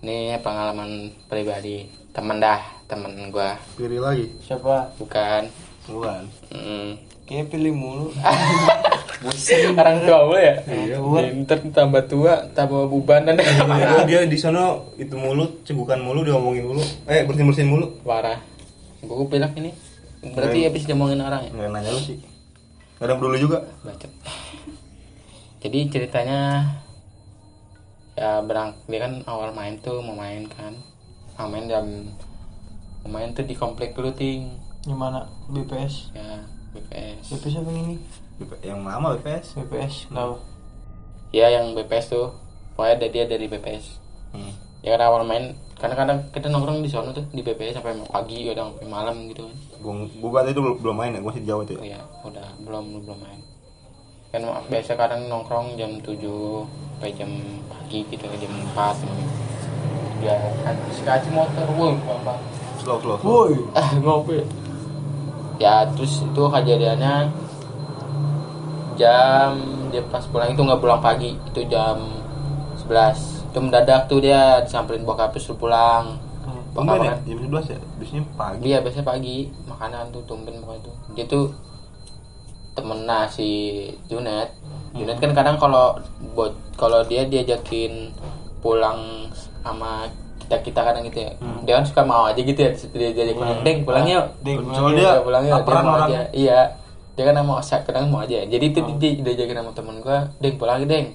Speaker 2: Ini pengalaman pribadi temen dah, temen gue.
Speaker 1: Kiri lagi.
Speaker 4: Siapa?
Speaker 2: Bukan.
Speaker 1: Bukan.
Speaker 2: Mm.
Speaker 4: Kayak pilih mulu. Ah,
Speaker 2: Orang tua gue ya.
Speaker 1: Iya.
Speaker 2: Pinter tambah tua, tambah bubanan.
Speaker 1: Dia, dia di sana itu mulu, cegukan mulu, diomongin mulu. Eh, bersin-bersin mulu.
Speaker 2: Parah. Gue pilak ini. Berarti habis diomongin orang ya.
Speaker 1: Enggak nanya lu sih. Nggak ada yang peduli juga.
Speaker 2: Bacot. Jadi ceritanya ya berang dia kan awal main tuh mau main kan. Mau main jam mau main tuh di komplek dulu ting
Speaker 4: Gimana? BPS.
Speaker 2: ya BPS.
Speaker 4: BPS apa ini?
Speaker 1: Yang lama BPS.
Speaker 4: BPS. Kenapa?
Speaker 2: Ya yang BPS tuh pokoknya ada dia dari BPS.
Speaker 1: Hmm.
Speaker 2: Ya kan awal main karena kadang kita nongkrong di sono tuh di BPS sampai pagi kadang sampai malam gitu kan.
Speaker 1: Gua, gua berarti itu belum, belum main ya, gua masih di Jawa tuh ya.
Speaker 2: Ya udah belum belum main. Kan biasa kadang nongkrong jam 7 sampai jam pagi gitu jam 4 gitu. dia habis kaca motor woi apa
Speaker 1: slow slow, slow.
Speaker 4: Woi.
Speaker 2: ah ngopi ya terus itu kejadiannya jam dia pas pulang itu nggak pulang pagi itu jam 11 itu mendadak tuh dia disamperin bokapnya suruh pulang kan?
Speaker 1: Tumben ya,
Speaker 2: bokapnya
Speaker 1: jam 11 ya, biasanya pagi
Speaker 2: dia biasanya pagi makanan tuh tumben pokoknya tuh dia tuh temennya si Junet Junet kan kadang kalau buat kalau dia diajakin pulang sama kita kita kadang gitu ya dia kan suka mau aja gitu ya dia diajak pulang Ah, deng pulang yuk
Speaker 4: Ding.
Speaker 1: Soalnya dia
Speaker 2: Udah pulang yuk dia
Speaker 1: laparan
Speaker 2: mau
Speaker 1: orang.
Speaker 2: aja iya dia kan mau sak kadang mau aja jadi itu dia diajakin sama temen gua deng pulang yuk, deng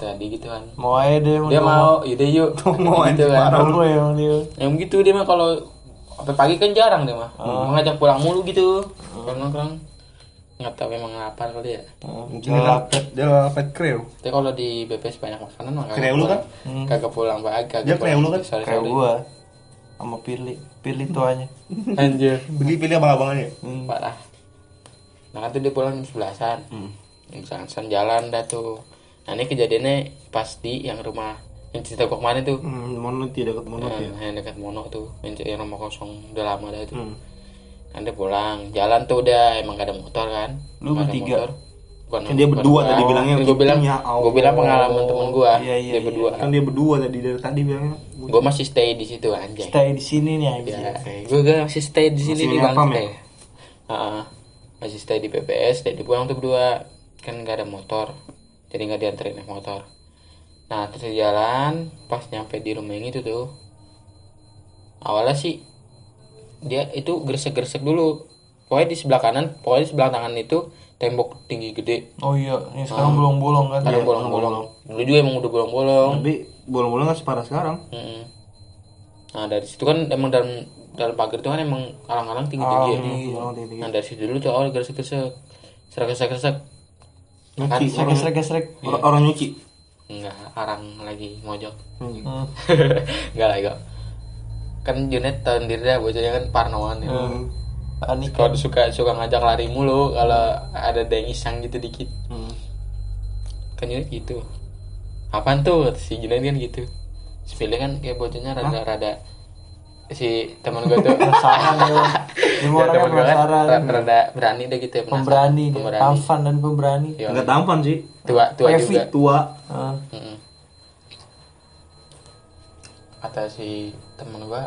Speaker 2: tadi gitu kan
Speaker 4: Mau aja deh.
Speaker 2: dia mau yaudah yuk
Speaker 1: Mau aja,
Speaker 2: gitu kan
Speaker 1: parah.
Speaker 4: Mau ya dia.
Speaker 2: yang gitu dia mah kalau sampai pagi kan jarang dia mah
Speaker 1: Oh.
Speaker 2: mengajak pulang mulu gitu karena kan nggak tahu emang lapar kali ya
Speaker 1: Mungkin dia lapet, dia lapet kreo
Speaker 2: tapi kalau di BPS banyak makanan mah
Speaker 1: Kreu lu kan?
Speaker 2: pulang- kagak pulang pagi kagak
Speaker 1: Dia kreu lu kan?
Speaker 2: sore
Speaker 4: Kayak gua sama Pirli. Pirli tuanya.
Speaker 2: anjir
Speaker 1: Beli pilih ya? abang-abangannya
Speaker 2: parah nah kan tuh dia pulang jam sebelasan
Speaker 1: Hmm.
Speaker 2: jam sebelasan jalan dah tuh nah ini kejadiannya pasti yang rumah yang cerita gua kemarin tuh
Speaker 1: Hmm, monot ya, deket monot ya
Speaker 2: Nah, yang dekat Mono tuh, yang, yang rumah kosong udah lama dah itu.
Speaker 1: Hmm.
Speaker 2: Kan dia pulang, jalan tuh udah emang gak ada motor kan?
Speaker 4: Lu
Speaker 2: Gak ada
Speaker 4: bertiga.
Speaker 2: motor. Bukan,
Speaker 1: Kan dia
Speaker 2: bukan
Speaker 1: berdua
Speaker 2: gua.
Speaker 1: tadi bilangnya
Speaker 2: Gue bilang,
Speaker 1: ya
Speaker 2: gue bilang pengalaman temen gue,
Speaker 4: Iya, iya,
Speaker 2: dia
Speaker 4: iya.
Speaker 2: berdua.
Speaker 1: Kan dia berdua tadi, dari tadi bilangnya
Speaker 2: Gue masih stay di situ anjay.
Speaker 4: Stay di sini nih anjing.
Speaker 2: Ya, gue masih stay di
Speaker 1: Masih
Speaker 2: sini di
Speaker 1: nyapam
Speaker 2: Bangke.
Speaker 1: ya?
Speaker 2: Heeh. masih stay di PPS, stay di pulang tuh berdua. Kan gak ada motor, jadi gak dianterin naik motor. Nah terus di jalan, pas nyampe di rumah yang itu tuh, awalnya sih dia itu gresek-gresek dulu. Pokoknya di sebelah kanan, pokoknya di sebelah tangan itu tembok tinggi gede.
Speaker 4: Oh iya, ini sekarang bolong-bolong kan.
Speaker 2: Kadang bolong-bolong. Dulu juga emang udah bolong-bolong.
Speaker 1: Tapi bolong-bolong gak separah sekarang
Speaker 2: Mm-mm. Nah dari situ kan emang dalam dalam pagar itu kan emang alang-alang tinggi-tinggi
Speaker 4: Ah,
Speaker 2: ya.
Speaker 4: iya.
Speaker 1: Bolong tadi
Speaker 2: Nah dari situ dulu tuh awal gresek-gresek Serak-serak-serak Kan
Speaker 4: Gesrek gesrek gesrek.
Speaker 2: Iya.
Speaker 1: Orang orang nyuci
Speaker 2: Enggak, arang lagi mojok
Speaker 4: Hmm.
Speaker 2: Enggak lah enggak Kan Junet tahun diri dah bocahnya kan parnoan ya
Speaker 4: Hmm. Ani
Speaker 2: Kalau suka suka ngajak lari mulu Kalau ada ada yang iseng gitu dikit
Speaker 4: Hmm.
Speaker 2: Kan Junet gitu Apaan tuh kata si Junet kan gitu Si Pilih kan kayak bocahnya rada-rada Si temen gue tuh
Speaker 4: penasaran ya.
Speaker 2: Ya,
Speaker 4: Ini orangnya
Speaker 2: temen gue kan
Speaker 4: penasaran.
Speaker 2: rada- rada berani deh gitu ya penasaran.
Speaker 4: Pemberani, dia.
Speaker 2: Pemberani.
Speaker 4: tampan dan pemberani.
Speaker 2: Iya.
Speaker 1: Gak tampan sih
Speaker 2: Tua, tua
Speaker 4: Heavy.
Speaker 2: juga
Speaker 1: Tua
Speaker 4: Ah.
Speaker 2: Mm-mm. kata si temen gua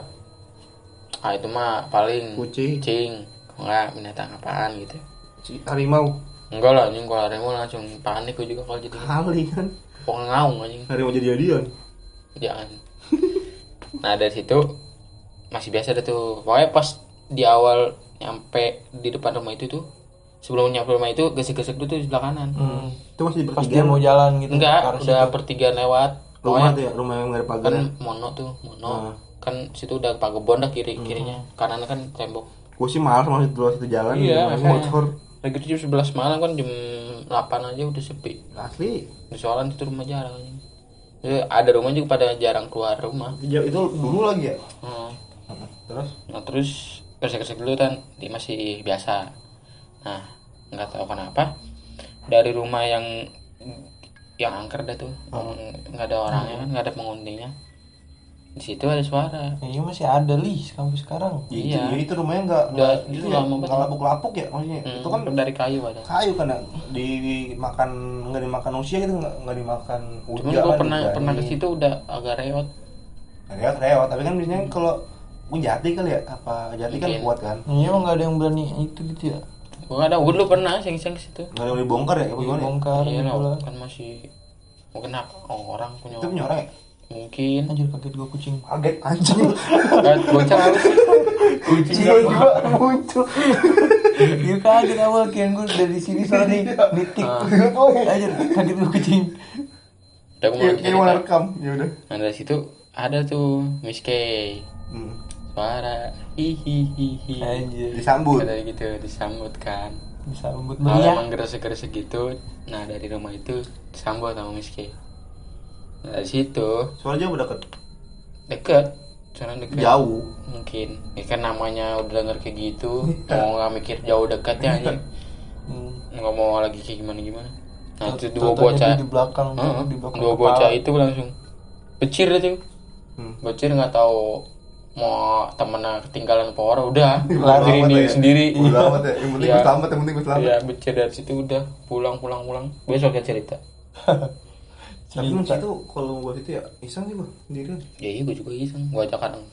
Speaker 2: ah itu mah paling
Speaker 1: Kucing.
Speaker 2: kucing enggak binatang apaan gitu
Speaker 1: si Harimau
Speaker 2: enggak lah anjing kalau harimau langsung panik gua juga kalau jadi
Speaker 1: Kali kan
Speaker 2: pokoknya ngaung anjing
Speaker 1: Harimau jadi-jadian
Speaker 2: jangan nah dari situ masih biasa deh tuh pokoknya pas di awal nyampe di depan rumah itu tuh sebelum nyampe rumah itu gesek-gesek dulu tuh di sebelah kanan
Speaker 4: Hmm.
Speaker 1: Itu masih di
Speaker 4: Pas dia
Speaker 1: pertigaan
Speaker 4: mau jalan gitu. ke
Speaker 2: enggak
Speaker 4: arah
Speaker 2: udah
Speaker 4: situ.
Speaker 2: pertigaan lewat
Speaker 1: Rumah
Speaker 2: pokoknya
Speaker 1: tuh ya, rumah yang gak ada pagar
Speaker 2: kan mono tuh mono
Speaker 1: Nah.
Speaker 2: kan situ udah pagebon dah kiri
Speaker 1: Hmm.
Speaker 2: kirinya kanan kan tembok
Speaker 1: Gue sih malas masih dulu situ jalan rumahnya
Speaker 2: Iya, makanya.
Speaker 1: Kan motor
Speaker 2: lagi itu jam 11 malam kan jam 8 aja udah sepi
Speaker 1: Asli
Speaker 2: soalan itu rumah jarang aja Ya, ada rumah juga pada jarang keluar rumah
Speaker 1: Ya, itu dulu lagi ya
Speaker 2: Hmm.
Speaker 1: Terus
Speaker 2: nah terus gesek-gesek dulu kan dia masih biasa nah nggak tahu kenapa dari rumah yang yang angker dah tuh
Speaker 1: Oh.
Speaker 2: yang nggak ada orangnya
Speaker 1: Hmm.
Speaker 2: kan nggak ada penguntingnya di situ ada suara
Speaker 4: Kayaknya Ya, iya, masih ada li sampai sekarang.
Speaker 2: Iya. gitu,
Speaker 1: Jadi itu rumahnya nggak
Speaker 2: Udah,
Speaker 1: nggak
Speaker 2: itu
Speaker 1: itu ya,
Speaker 2: lama banget.
Speaker 1: nggak lapuk-lapuk ya maksudnya.
Speaker 2: Hmm.
Speaker 1: Itu kan
Speaker 2: dari kayu ada
Speaker 1: kayu kan ya. di dimakan nggak dimakan usia gitu nggak nggak dimakan hujan. gitu.
Speaker 2: Cuman gue pernah pernah ke situ udah agak reot.
Speaker 1: Reot reot tapi kan biasanya kalau jati kali ya apa jati kan
Speaker 2: Mungkin.
Speaker 1: kuat kan.
Speaker 4: Iya emang nggak ada yang berani itu gitu ya.
Speaker 2: Gue ada gue dulu pernah seng-seng ke situ.
Speaker 1: Nggak ada yang dibongkar ya apa gimana? ya?
Speaker 4: Dibongkar
Speaker 2: Iya
Speaker 4: gitu
Speaker 2: lah,
Speaker 4: lah.
Speaker 2: kan masih mungkin apa orang punya
Speaker 1: Itu punya orang ya?
Speaker 2: mungkin
Speaker 4: Anjir kaget gua kucing.
Speaker 1: Kaget anjing.
Speaker 2: Kan bocah harus kucing
Speaker 4: Tiba-tiba muncul. Dia kaget awal kian gua dari sini soalnya nih nitik.
Speaker 1: Ah.
Speaker 4: Anjir kaget gua kucing.
Speaker 2: Udah gue
Speaker 1: Iya,
Speaker 2: mau
Speaker 1: Ini mau
Speaker 2: cerita.
Speaker 1: rekam ya udah.
Speaker 2: Nah dari situ ada tuh Miss K
Speaker 1: Hmm.
Speaker 2: suara hihihihi.
Speaker 4: Anjir.
Speaker 1: Disambut. ya?
Speaker 2: Kata gitu disambut kan.
Speaker 4: Disambut
Speaker 2: Kalau
Speaker 4: meriah.
Speaker 2: emang geresek-geresek gitu, nah dari rumah itu disambut sama Miss K. Nah, dari situ
Speaker 1: Suara jauh deket.
Speaker 2: deket sana deket
Speaker 1: Jauh.
Speaker 2: mungkin ya kan namanya udah denger kayak gitu mau nggak mikir jauh dekat ya anjing
Speaker 4: Hmm.
Speaker 2: nggak mau lagi kayak gimana gimana nah itu dua
Speaker 4: Contohnya dia
Speaker 2: bocah
Speaker 4: Di belakang,
Speaker 2: Heeh,
Speaker 4: di belakang
Speaker 2: dua
Speaker 4: kepala.
Speaker 2: bocah itu langsung pecir itu
Speaker 1: Hmm.
Speaker 2: bocil nggak tahu mau temennya ketinggalan power udah
Speaker 1: Bodo
Speaker 2: lari
Speaker 1: amat
Speaker 2: diri
Speaker 1: ya.
Speaker 2: sendiri
Speaker 1: Bodo amat ya. Yang penting
Speaker 2: Iya.
Speaker 1: gue selamat, yang penting gue selamat.
Speaker 2: Iya, bocil dari situ udah pulang pulang pulang besok ya cerita
Speaker 1: Tapi
Speaker 2: Iya.
Speaker 1: mungkin itu kalau buat itu ya iseng sih gua sendirian.
Speaker 2: ya iya gue juga iseng gue ajak kadang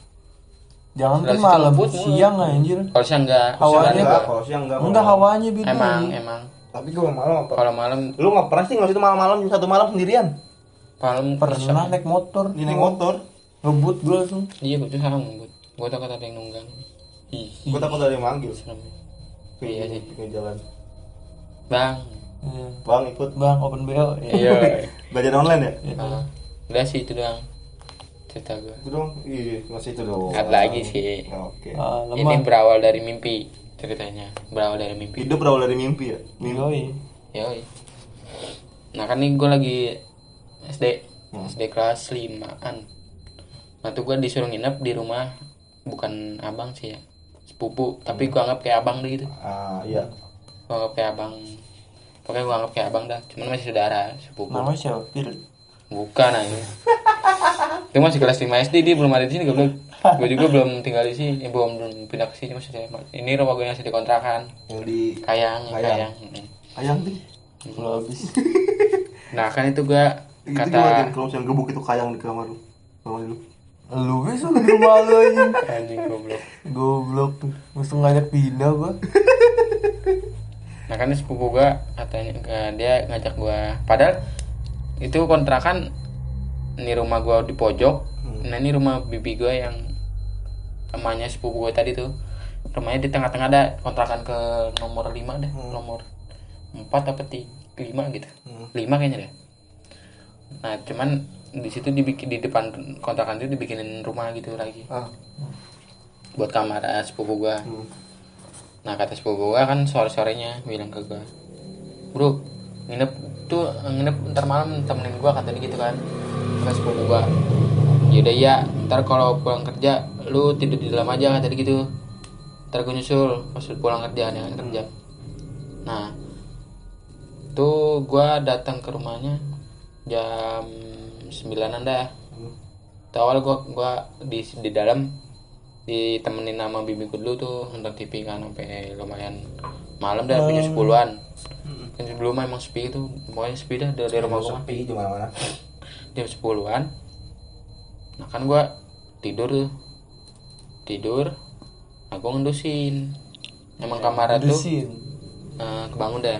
Speaker 4: Jangan
Speaker 2: Dari
Speaker 4: kan
Speaker 2: situ
Speaker 4: malam,
Speaker 2: ngebut,
Speaker 4: siang anjir.
Speaker 2: kalau siang nggak
Speaker 4: Awalnya
Speaker 2: siang
Speaker 1: Enggak,
Speaker 2: nggak.
Speaker 1: kalau siang enggak.
Speaker 4: Enggak
Speaker 1: malam.
Speaker 4: hawanya beda.
Speaker 2: emang
Speaker 4: anjir.
Speaker 2: emang
Speaker 1: Tapi gua malam apa?
Speaker 2: kalau malam
Speaker 1: Lu nggak pernah sih ngasih itu malam-malam jam satu malam sendirian?
Speaker 2: malam
Speaker 4: Pernah naik motor,
Speaker 1: Di naik motor.
Speaker 4: ngebut gue langsung.
Speaker 2: iya gue tuh sama gue gue takut ada yang nunggang ih
Speaker 1: Gua takut ada yang manggil.
Speaker 2: serem
Speaker 1: Iya
Speaker 2: Iya sih.
Speaker 1: jalan.
Speaker 2: bang
Speaker 4: Iya.
Speaker 1: Bang ikut
Speaker 4: Bang, open BO. ya.
Speaker 2: iya
Speaker 1: belajar online ya?
Speaker 2: Ah, udah sih itu doang cerita gue
Speaker 1: Itu dong. Iya, masih itu dong.
Speaker 2: Ingat lagi sih.
Speaker 1: Oke.
Speaker 4: Ah,
Speaker 2: ini
Speaker 4: lemah.
Speaker 2: berawal dari mimpi ceritanya berawal dari mimpi
Speaker 1: Hidup berawal dari mimpi ya. Mimpi.
Speaker 4: Yoi.
Speaker 2: Yoi. Nah kan nih gue lagi SD SD kelas 5an Nah tuh gue disuruh nginep di rumah Bukan abang sih ya Sepupu Tapi gue anggap kayak abang deh gitu
Speaker 1: Ah, iya.
Speaker 2: Gue anggap kayak abang Pokoknya gue anggap kayak abang dah Cuman masih saudara sepupu
Speaker 4: Nama siapa? Pir.
Speaker 2: Bukan aja Itu masih kelas 5 SD dia belum ada di sini gue Gue juga belum tinggal di sini eh, belum, belum pindah ke sini maksudnya Ini rumah gue yang masih dikontrakan
Speaker 1: Yang di
Speaker 2: Kayang
Speaker 1: Kayang.
Speaker 2: Kayang, Mm.
Speaker 1: ayam nih.
Speaker 4: Kalau habis.
Speaker 2: Nah kan itu gue
Speaker 1: Itu
Speaker 2: kata
Speaker 1: gimana kan kalau yang gebuk itu kayang di kamar lu. Kamar lu.
Speaker 4: Lu besok di rumah lu anjing.
Speaker 2: Anjing goblok.
Speaker 4: Goblok tuh. Mesti ngajak pindah gua.
Speaker 2: Nah kan sepupu gua katanya ke- dia ngajak gua. Padahal itu kontrakan ini rumah gua di pojok. Nah ini rumah bibi gua yang emaknya sepupu gua tadi tuh. Rumahnya di tengah-tengah ada kontrakan ke nomor 5 deh, nomor 4 apa 3, 5 gitu. 5 kayaknya deh. Nah, cuman di situ dibikin di depan kontrakan itu dibikinin rumah gitu lagi
Speaker 1: Ah,
Speaker 2: buat kamar eh, sepupu gua.
Speaker 1: Hmm.
Speaker 2: Nah kata sepupu gua kan sore sorenya bilang ke gua, bro nginep tuh nginep ntar malam temenin gua katanya gitu kan. Kata sepupu gua, yaudah ya ntar kalau pulang kerja lu tidur di dalam aja katanya gitu. Ntar gua nyusul pas lu pulang kerja nih kan kerja. Nah tuh gua datang ke rumahnya jam sembilanan dah. Tuh awal gua gua di di dalam ditemenin sama bibi gue dulu tuh nonton TV kan sampai lumayan malam dan punya sepuluhan kan sebelum emang sepi itu pokoknya sepi dah dari rumah gue
Speaker 1: sepi di mana-mana.
Speaker 2: jam sepuluhan nah kan gua tidur tuh tidur nah gue ngendusin emang kamar tuh
Speaker 4: Desin.
Speaker 2: eh, kebangun dah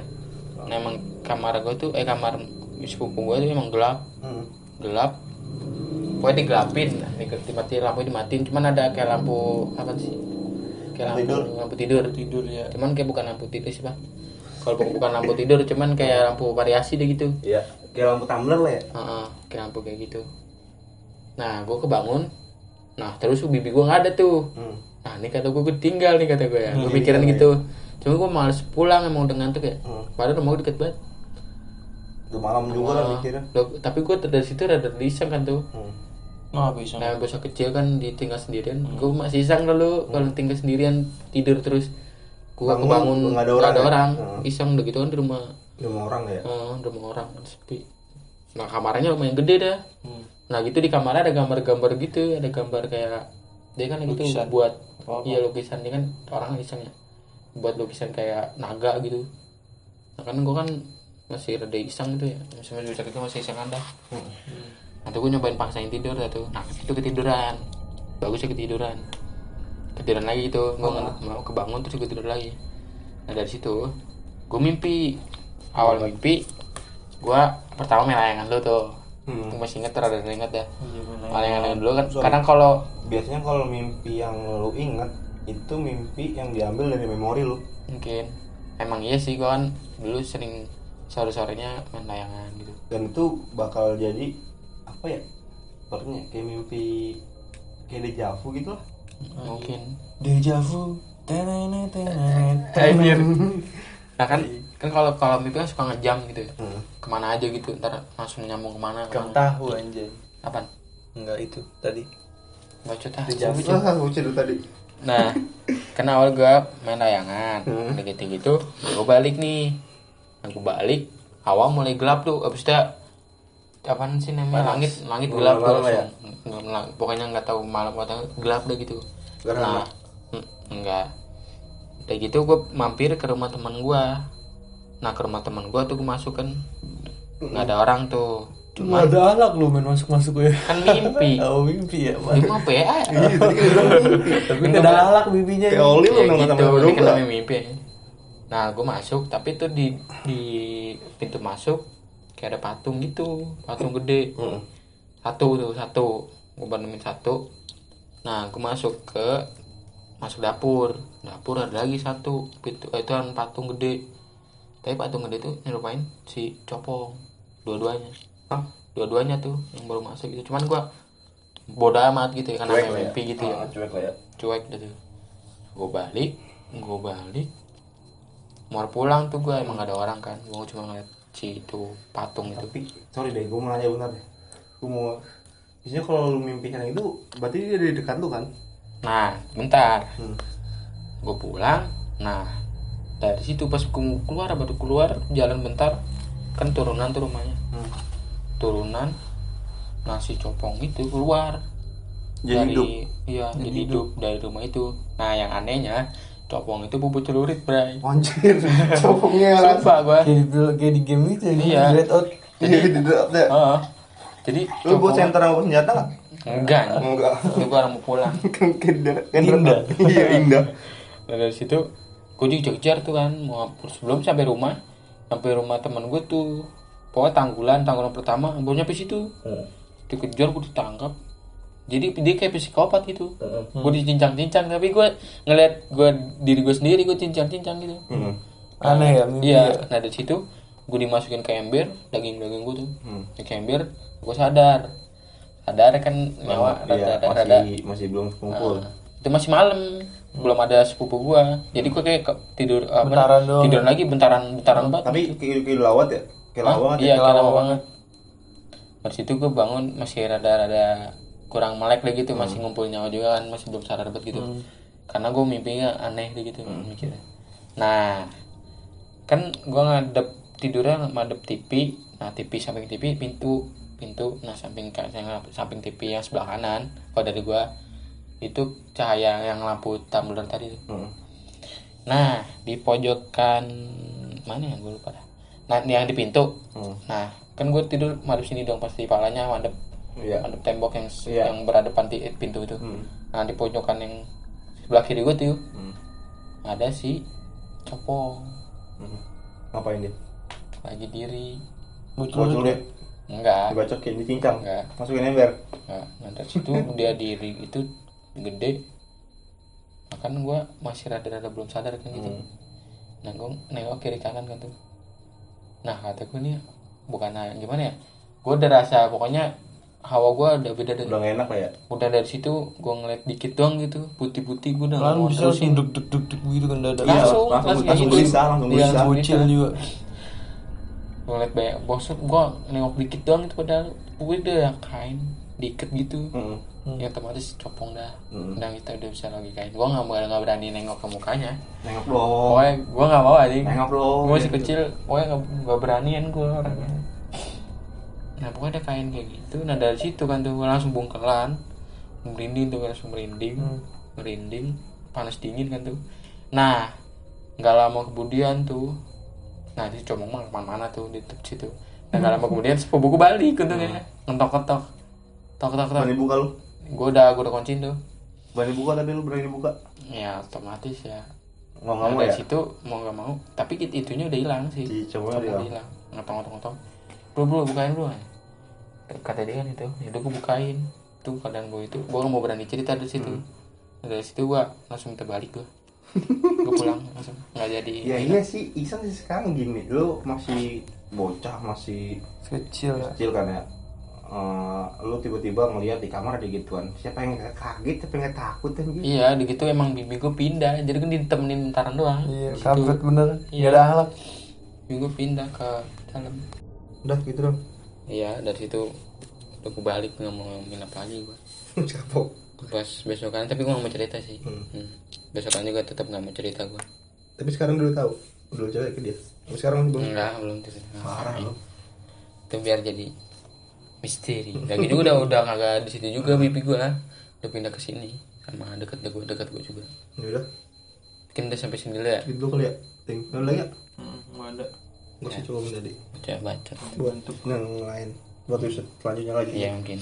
Speaker 2: nah emang kamar gue tuh eh kamar sepupu gue tuh emang gelap
Speaker 1: Hmm.
Speaker 2: gelap pokoknya digelapin lah, digel- dimatiin lampu dimatiin cuman ada kayak lampu apa sih kayak lampu
Speaker 1: Tidur.
Speaker 2: lampu tidur
Speaker 4: Tidur ya.
Speaker 2: cuman kayak bukan lampu tidur sih pak kalau bukan, bukan lampu tidur cuman kayak lampu variasi deh gitu
Speaker 1: Iya. Kayak lampu tumbler lah ya.
Speaker 2: Heeh, kayak lampu kayak gitu nah gue kebangun nah terus bibi gue nggak ada tuh
Speaker 1: Hmm. Iya,
Speaker 2: nah ini kata gue gue tinggal nih kata gue ya gue pikiran gitu cuma gue males pulang emang udah ngantuk ya
Speaker 1: Hmm.
Speaker 2: padahal rumah gue deket banget
Speaker 1: Udah malam juga lah
Speaker 2: Ah,
Speaker 1: mikirnya.
Speaker 2: loh, tapi gue dari situ rada iseng kan tuh
Speaker 1: Hmm.
Speaker 4: Nah, bisa.
Speaker 2: Nah, yang besok kecil kan ditinggal sendirian. Gue masih iseng dulu kalau tinggal sendirian tidur terus. Gue
Speaker 1: Hmm. Bangun,
Speaker 2: kebangun
Speaker 1: nggak ada orang ya?
Speaker 2: Iseng udah gitu kan di rumah,
Speaker 1: Di rumah orang ya.
Speaker 2: eh, rumah orang sepi. Nah, kamarnya lumayan gede dah. Nah, gitu di kamarnya ada gambar-gambar gitu, ada gambar kayak dia kan gitu buat
Speaker 4: Apa-apa.
Speaker 2: iya lukisan dia kan orang iseng ya. Buat lukisan kayak naga gitu. Nah, kan gue kan masih rada iseng gitu ya. Masih masih itu masih iseng anda. Nanti gue nyobain paksain tidur dah tuh. Nah itu ketiduran. Bagusnya ketiduran. Ketiduran lagi
Speaker 1: Oh.
Speaker 2: gitu. Gue mau kebangun terus gue tidur lagi. Nah dari situ gue mimpi. Awal mimpi gue pertama main layangan dulu tuh.
Speaker 1: Hmm.
Speaker 2: Gue masih inget rada rada inget dah.
Speaker 4: Iya, bener.
Speaker 2: Main layangan dulu kan. Kadang kalau
Speaker 1: Biasanya kalau mimpi yang lu ingat itu mimpi yang diambil dari memori lu.
Speaker 2: mungkin emang iya sih gue kan dulu sering sore sorenya main layangan gitu.
Speaker 1: Dan itu bakal jadi apa ya? Sepertinya kayak mimpi kayak dejavu gitu lah.
Speaker 2: Mungkin.
Speaker 4: Deja vu. Tenene tenene.
Speaker 2: Nah kan kan kalau kalau mimpi kan suka ngejam gitu ya.
Speaker 1: Hmm.
Speaker 2: Kemana aja gitu ntar langsung nyambung kemana? kemana.
Speaker 4: Kamu tahu anjay.
Speaker 2: Apaan?
Speaker 4: Enggak itu tadi.
Speaker 2: Bacot ah.
Speaker 1: Wah, lucu tuh tadi.
Speaker 2: Nah, kan awal gue main layangan,
Speaker 1: Hmm.
Speaker 2: udah gitu-gitu, gue balik nih. Nah, gue balik, awal mulai gelap tuh, abis itu apaan sih namanya langit langit
Speaker 1: Malam
Speaker 2: gelap tuh
Speaker 1: malam ya?
Speaker 2: langsung. Gelap- gelap. pokoknya nggak tahu malam atau gelap deh gitu
Speaker 1: Gerhana.
Speaker 2: nah mm, enggak udah gitu gue mampir ke rumah teman gue nah ke rumah teman gue tuh gue masuk kan nggak
Speaker 1: Hmm.
Speaker 2: ada orang tuh
Speaker 4: Cuma ada anak lu main masuk-masuk ya.
Speaker 2: kan mimpi
Speaker 4: Oh mimpi ya,
Speaker 2: ini mah PA
Speaker 1: Iya.
Speaker 4: Tapi ada alak bibinya.
Speaker 1: Teoli lu
Speaker 2: ya
Speaker 1: nggak
Speaker 2: gitu
Speaker 1: tambah
Speaker 2: ini kan
Speaker 1: berdua.
Speaker 2: namanya mimpi ya. nah gue masuk tapi tuh di di pintu masuk kayak ada patung gitu patung gede
Speaker 1: Heeh.
Speaker 2: satu tuh satu gue bandemin satu nah gue masuk ke masuk dapur dapur ada lagi satu pintu eh, itu kan patung gede tapi patung gede tuh nyerupain si copong dua-duanya
Speaker 1: Hah?
Speaker 2: dua-duanya tuh yang baru masuk gitu cuman gue bodoh amat gitu ya karena
Speaker 1: Cuek lah
Speaker 2: namanya
Speaker 1: ya.
Speaker 2: mimpi gitu ya
Speaker 1: Ah, Cuek lah ya.
Speaker 2: cuek gitu gue balik gue balik mau pulang tuh gue emang gak ada orang kan gue cuma ngeliat si itu patung itu
Speaker 1: tapi sorry deh gue mau nanya benar deh gue mau biasanya kalau lu mimpinya yang itu berarti dia di dekat lu kan
Speaker 2: nah bentar
Speaker 1: Hmm.
Speaker 2: gue pulang nah dari situ pas gue keluar baru keluar jalan bentar kan turunan tuh rumahnya
Speaker 1: Hmm.
Speaker 2: turunan nah si copong itu keluar
Speaker 1: Jadi
Speaker 2: dari
Speaker 1: hidup.
Speaker 2: iya jadi hidup dari rumah itu nah yang anehnya copong itu bubur celurit bray
Speaker 1: anjir copongnya
Speaker 2: Sumpah gue
Speaker 4: Kayak di kayak di game itu ya.
Speaker 2: Iya.
Speaker 4: di Red Out.
Speaker 1: jadi di dekat deh
Speaker 2: Heeh. Jadi
Speaker 1: lu buat
Speaker 2: cowok-
Speaker 1: center sama senjata nggak
Speaker 2: enggak nih.
Speaker 1: enggak
Speaker 2: Itu gua orang mau pulang.
Speaker 1: kan kender
Speaker 4: Indah.
Speaker 1: iya indah
Speaker 2: Nah, dari situ gua dikejar tuh kan mau hampir- sebelum sampai rumah, sampai rumah teman gua tuh pokoknya tanggulan tanggulan pertama baru nyampe situ dikejar gua ditangkap jadi dia kayak psikopat gitu Gua dicincang-cincang tapi gua ngeliat gua diri gua sendiri gua cincang-cincang gitu
Speaker 1: hmm.
Speaker 4: Aneh ya mimpi.
Speaker 2: Iya, nah dari situ gue dimasukin ke ember, daging-daging gue tuh.
Speaker 1: Hmm.
Speaker 2: Ke ember, gue sadar. Sadar kan nyawa
Speaker 1: iya,
Speaker 2: rada-rada
Speaker 1: masih
Speaker 2: rada.
Speaker 1: masih belum kumpul
Speaker 2: Itu masih malam,
Speaker 1: Hmm.
Speaker 2: belum ada sepupu gua. Jadi gue kayak ke- tidur apa,
Speaker 4: Bentaran doang. ya?
Speaker 2: Tidur lagi bentaran bentaran banget.
Speaker 1: tapi kayak kayak lawat ya kayak
Speaker 2: Hah?
Speaker 1: lawat
Speaker 2: Ah. Iya,
Speaker 1: ya
Speaker 2: kayak lama banget. Dari situ gue bangun masih rada-rada kurang melek lah gitu, masih ngumpul nyawa juga kan, masih belum sadar banget gitu. Karena gue mimpinya aneh deh gitu mikirnya. Nah, kan gue ngadep tidurnya ngadep TV, nah TV samping TV pintu pintu, nah samping ka- samping TV yang sebelah kanan, kalau dari gue itu cahaya yang lampu tumbler tadi. tuh.
Speaker 1: Hmm.
Speaker 2: Nah, di pojokan mana ya gue lupa dah. Nah, yang di pintu.
Speaker 1: Hmm.
Speaker 2: Nah, kan gue tidur madep sini dong pasti palanya madep
Speaker 1: Iya.
Speaker 2: madep tembok yang s-
Speaker 1: Iya.
Speaker 2: yang berhadapan di eh, pintu itu.
Speaker 1: Hmm.
Speaker 2: Nah, di pojokan yang sebelah kiri gue tuh
Speaker 1: Hmm.
Speaker 2: ada si copong
Speaker 1: Hmm. ngapain dia
Speaker 2: lagi diri.
Speaker 1: Bawa celurit
Speaker 2: Enggak,
Speaker 1: dibacokin dicincang
Speaker 2: enggak.
Speaker 1: masukin ember
Speaker 2: Nah, nah dari situ dia diri itu gede. Nah, kan gue masih rada-rada belum sadar kan gitu.
Speaker 1: Hmm.
Speaker 2: Nah gue nengok kiri kanan kan tuh. Nah kata gue nih bukan nah, gimana ya? Gue udah rasa pokoknya hawa gue udah beda dari
Speaker 1: udah gak enak lah ya
Speaker 2: udah dari situ gue ngeliat dikit doang gitu putih-putih gue udah nggak
Speaker 4: Lalu
Speaker 2: mau
Speaker 4: bisa langsung
Speaker 2: terusin.
Speaker 4: deg deg deg deg gitu kan dada.
Speaker 2: Iya.
Speaker 1: Iya,
Speaker 2: Langsung,
Speaker 1: langsung
Speaker 2: langsung
Speaker 1: langsung
Speaker 2: gitu.
Speaker 1: gelisah langsung
Speaker 2: Iya,
Speaker 1: gelisah
Speaker 2: langsung.
Speaker 4: Bocil juga.
Speaker 2: Gue ngeliat banyak bosot gue nengok dikit doang itu padahal gue udah kain dikit gitu.
Speaker 1: Hmm.
Speaker 2: Ya otomatis copong dah.
Speaker 1: Hmm.
Speaker 2: Dan kita udah bisa logikain. Gue nggak mau nggak berani nengok ke mukanya.
Speaker 1: nengok dong
Speaker 2: Pokoknya gue nggak Oh, iya. mau aja.
Speaker 1: Oh. nengok dong
Speaker 2: gue masih kecil pokoknya gak, beranian gue orangnya nah pokoknya ada kain kayak gitu nah dari situ kan tuh gue langsung bungkelan merinding tuh gua langsung merinding
Speaker 1: Hmm.
Speaker 2: merinding panas dingin kan tuh nah nggak lama kemudian tuh nah dia cuma mah kemana-mana tuh di tep situ nah nggak lama
Speaker 1: Hmm.
Speaker 2: kemudian sepupu gue balik gitu ya ngetok-ketok tok-tok-tok
Speaker 1: berani buka lu
Speaker 2: gue udah gue udah kunciin tuh
Speaker 1: berani buka tapi lu berani buka
Speaker 2: ya otomatis ya
Speaker 1: nggak nggak
Speaker 2: Nah,
Speaker 1: mau ya
Speaker 2: dari
Speaker 1: Iya.
Speaker 2: situ mau nggak mau tapi it- itunya udah hilang sih
Speaker 1: si cowoknya
Speaker 2: Copong
Speaker 1: bilang
Speaker 2: hilang ngotong ngotong ngotong bro bro bukain bro kata dia kan itu yaudah gue bukain tuh keadaan gue itu gue nggak mau berani cerita dari situ
Speaker 1: Hmm.
Speaker 2: dari situ gue langsung terbalik gue gue pulang langsung nggak jadi
Speaker 1: ya iya sih Isan sih sekarang gini lu masih bocah masih
Speaker 4: Kecil ya.
Speaker 1: kecil kan ya Eh, lu tiba-tiba ngelihat di kamar ada gituan siapa yang nggak kaget siapa yang nggak takut kan gitu
Speaker 2: iya di gitu emang bibi gue pindah jadi kan ditemenin bentaran doang
Speaker 4: Iya,
Speaker 2: Di situ.
Speaker 4: kampret bener.
Speaker 2: Iya.
Speaker 4: Iya, ada ahlak.
Speaker 2: bibi gue pindah ke dalam
Speaker 1: udah gitu dong
Speaker 2: iya dari situ udah gue balik nggak mau ngomongin apa lagi gue
Speaker 1: capok
Speaker 2: pas besokan tapi gue nggak mau cerita sih
Speaker 1: Hmm.
Speaker 2: Hmm. besokan juga tetap nggak mau cerita gue
Speaker 1: tapi sekarang dulu tahu dulu Hmm.
Speaker 2: Iya.
Speaker 1: cerita ke dia tapi sekarang belum
Speaker 2: enggak belum cerita
Speaker 1: parah lu
Speaker 2: itu biar jadi misteri lagi juga udah udah kagak di situ juga mimpi gue udah pindah ke sini sama deket deket dekat gue juga
Speaker 1: ya udah
Speaker 2: mungkin udah sampai sini dulu ya
Speaker 1: gitu kali ya ting Nggak ada lagi ya
Speaker 4: Hmm, nggak ada.
Speaker 1: gue
Speaker 2: Iya.
Speaker 1: sih coba tadi
Speaker 2: baca baca
Speaker 1: buat yang lain buat episode selanjutnya lagi
Speaker 2: iya mungkin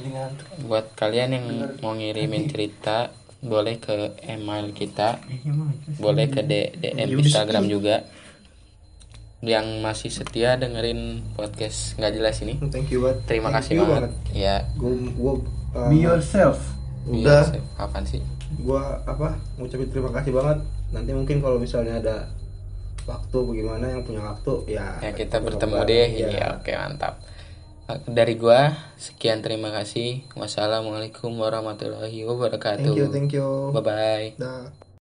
Speaker 4: Ini ngantuk.
Speaker 2: buat kalian yang mau ngirimin cerita boleh ke email kita
Speaker 1: Eh, iya,
Speaker 2: boleh ke D-
Speaker 1: Ya
Speaker 2: DM Instagram juga yang masih setia dengerin podcast nggak jelas ini
Speaker 1: thank you buat
Speaker 2: terima kasih
Speaker 1: you
Speaker 2: banget ya
Speaker 1: gue gue
Speaker 4: Be yourself.
Speaker 1: eh, udah
Speaker 2: Iya, kapan sih
Speaker 1: gue apa ngucapin terima kasih banget nanti mungkin kalau misalnya ada waktu bagaimana yang punya waktu ya
Speaker 2: ya kita bertemu
Speaker 1: kabar.
Speaker 2: deh
Speaker 1: Iya.
Speaker 2: ya oke mantap Eh, dari gua sekian terima kasih wassalamualaikum warahmatullahi
Speaker 1: thank
Speaker 2: wabarakatuh
Speaker 1: you thank you
Speaker 2: bye bye
Speaker 1: Dah.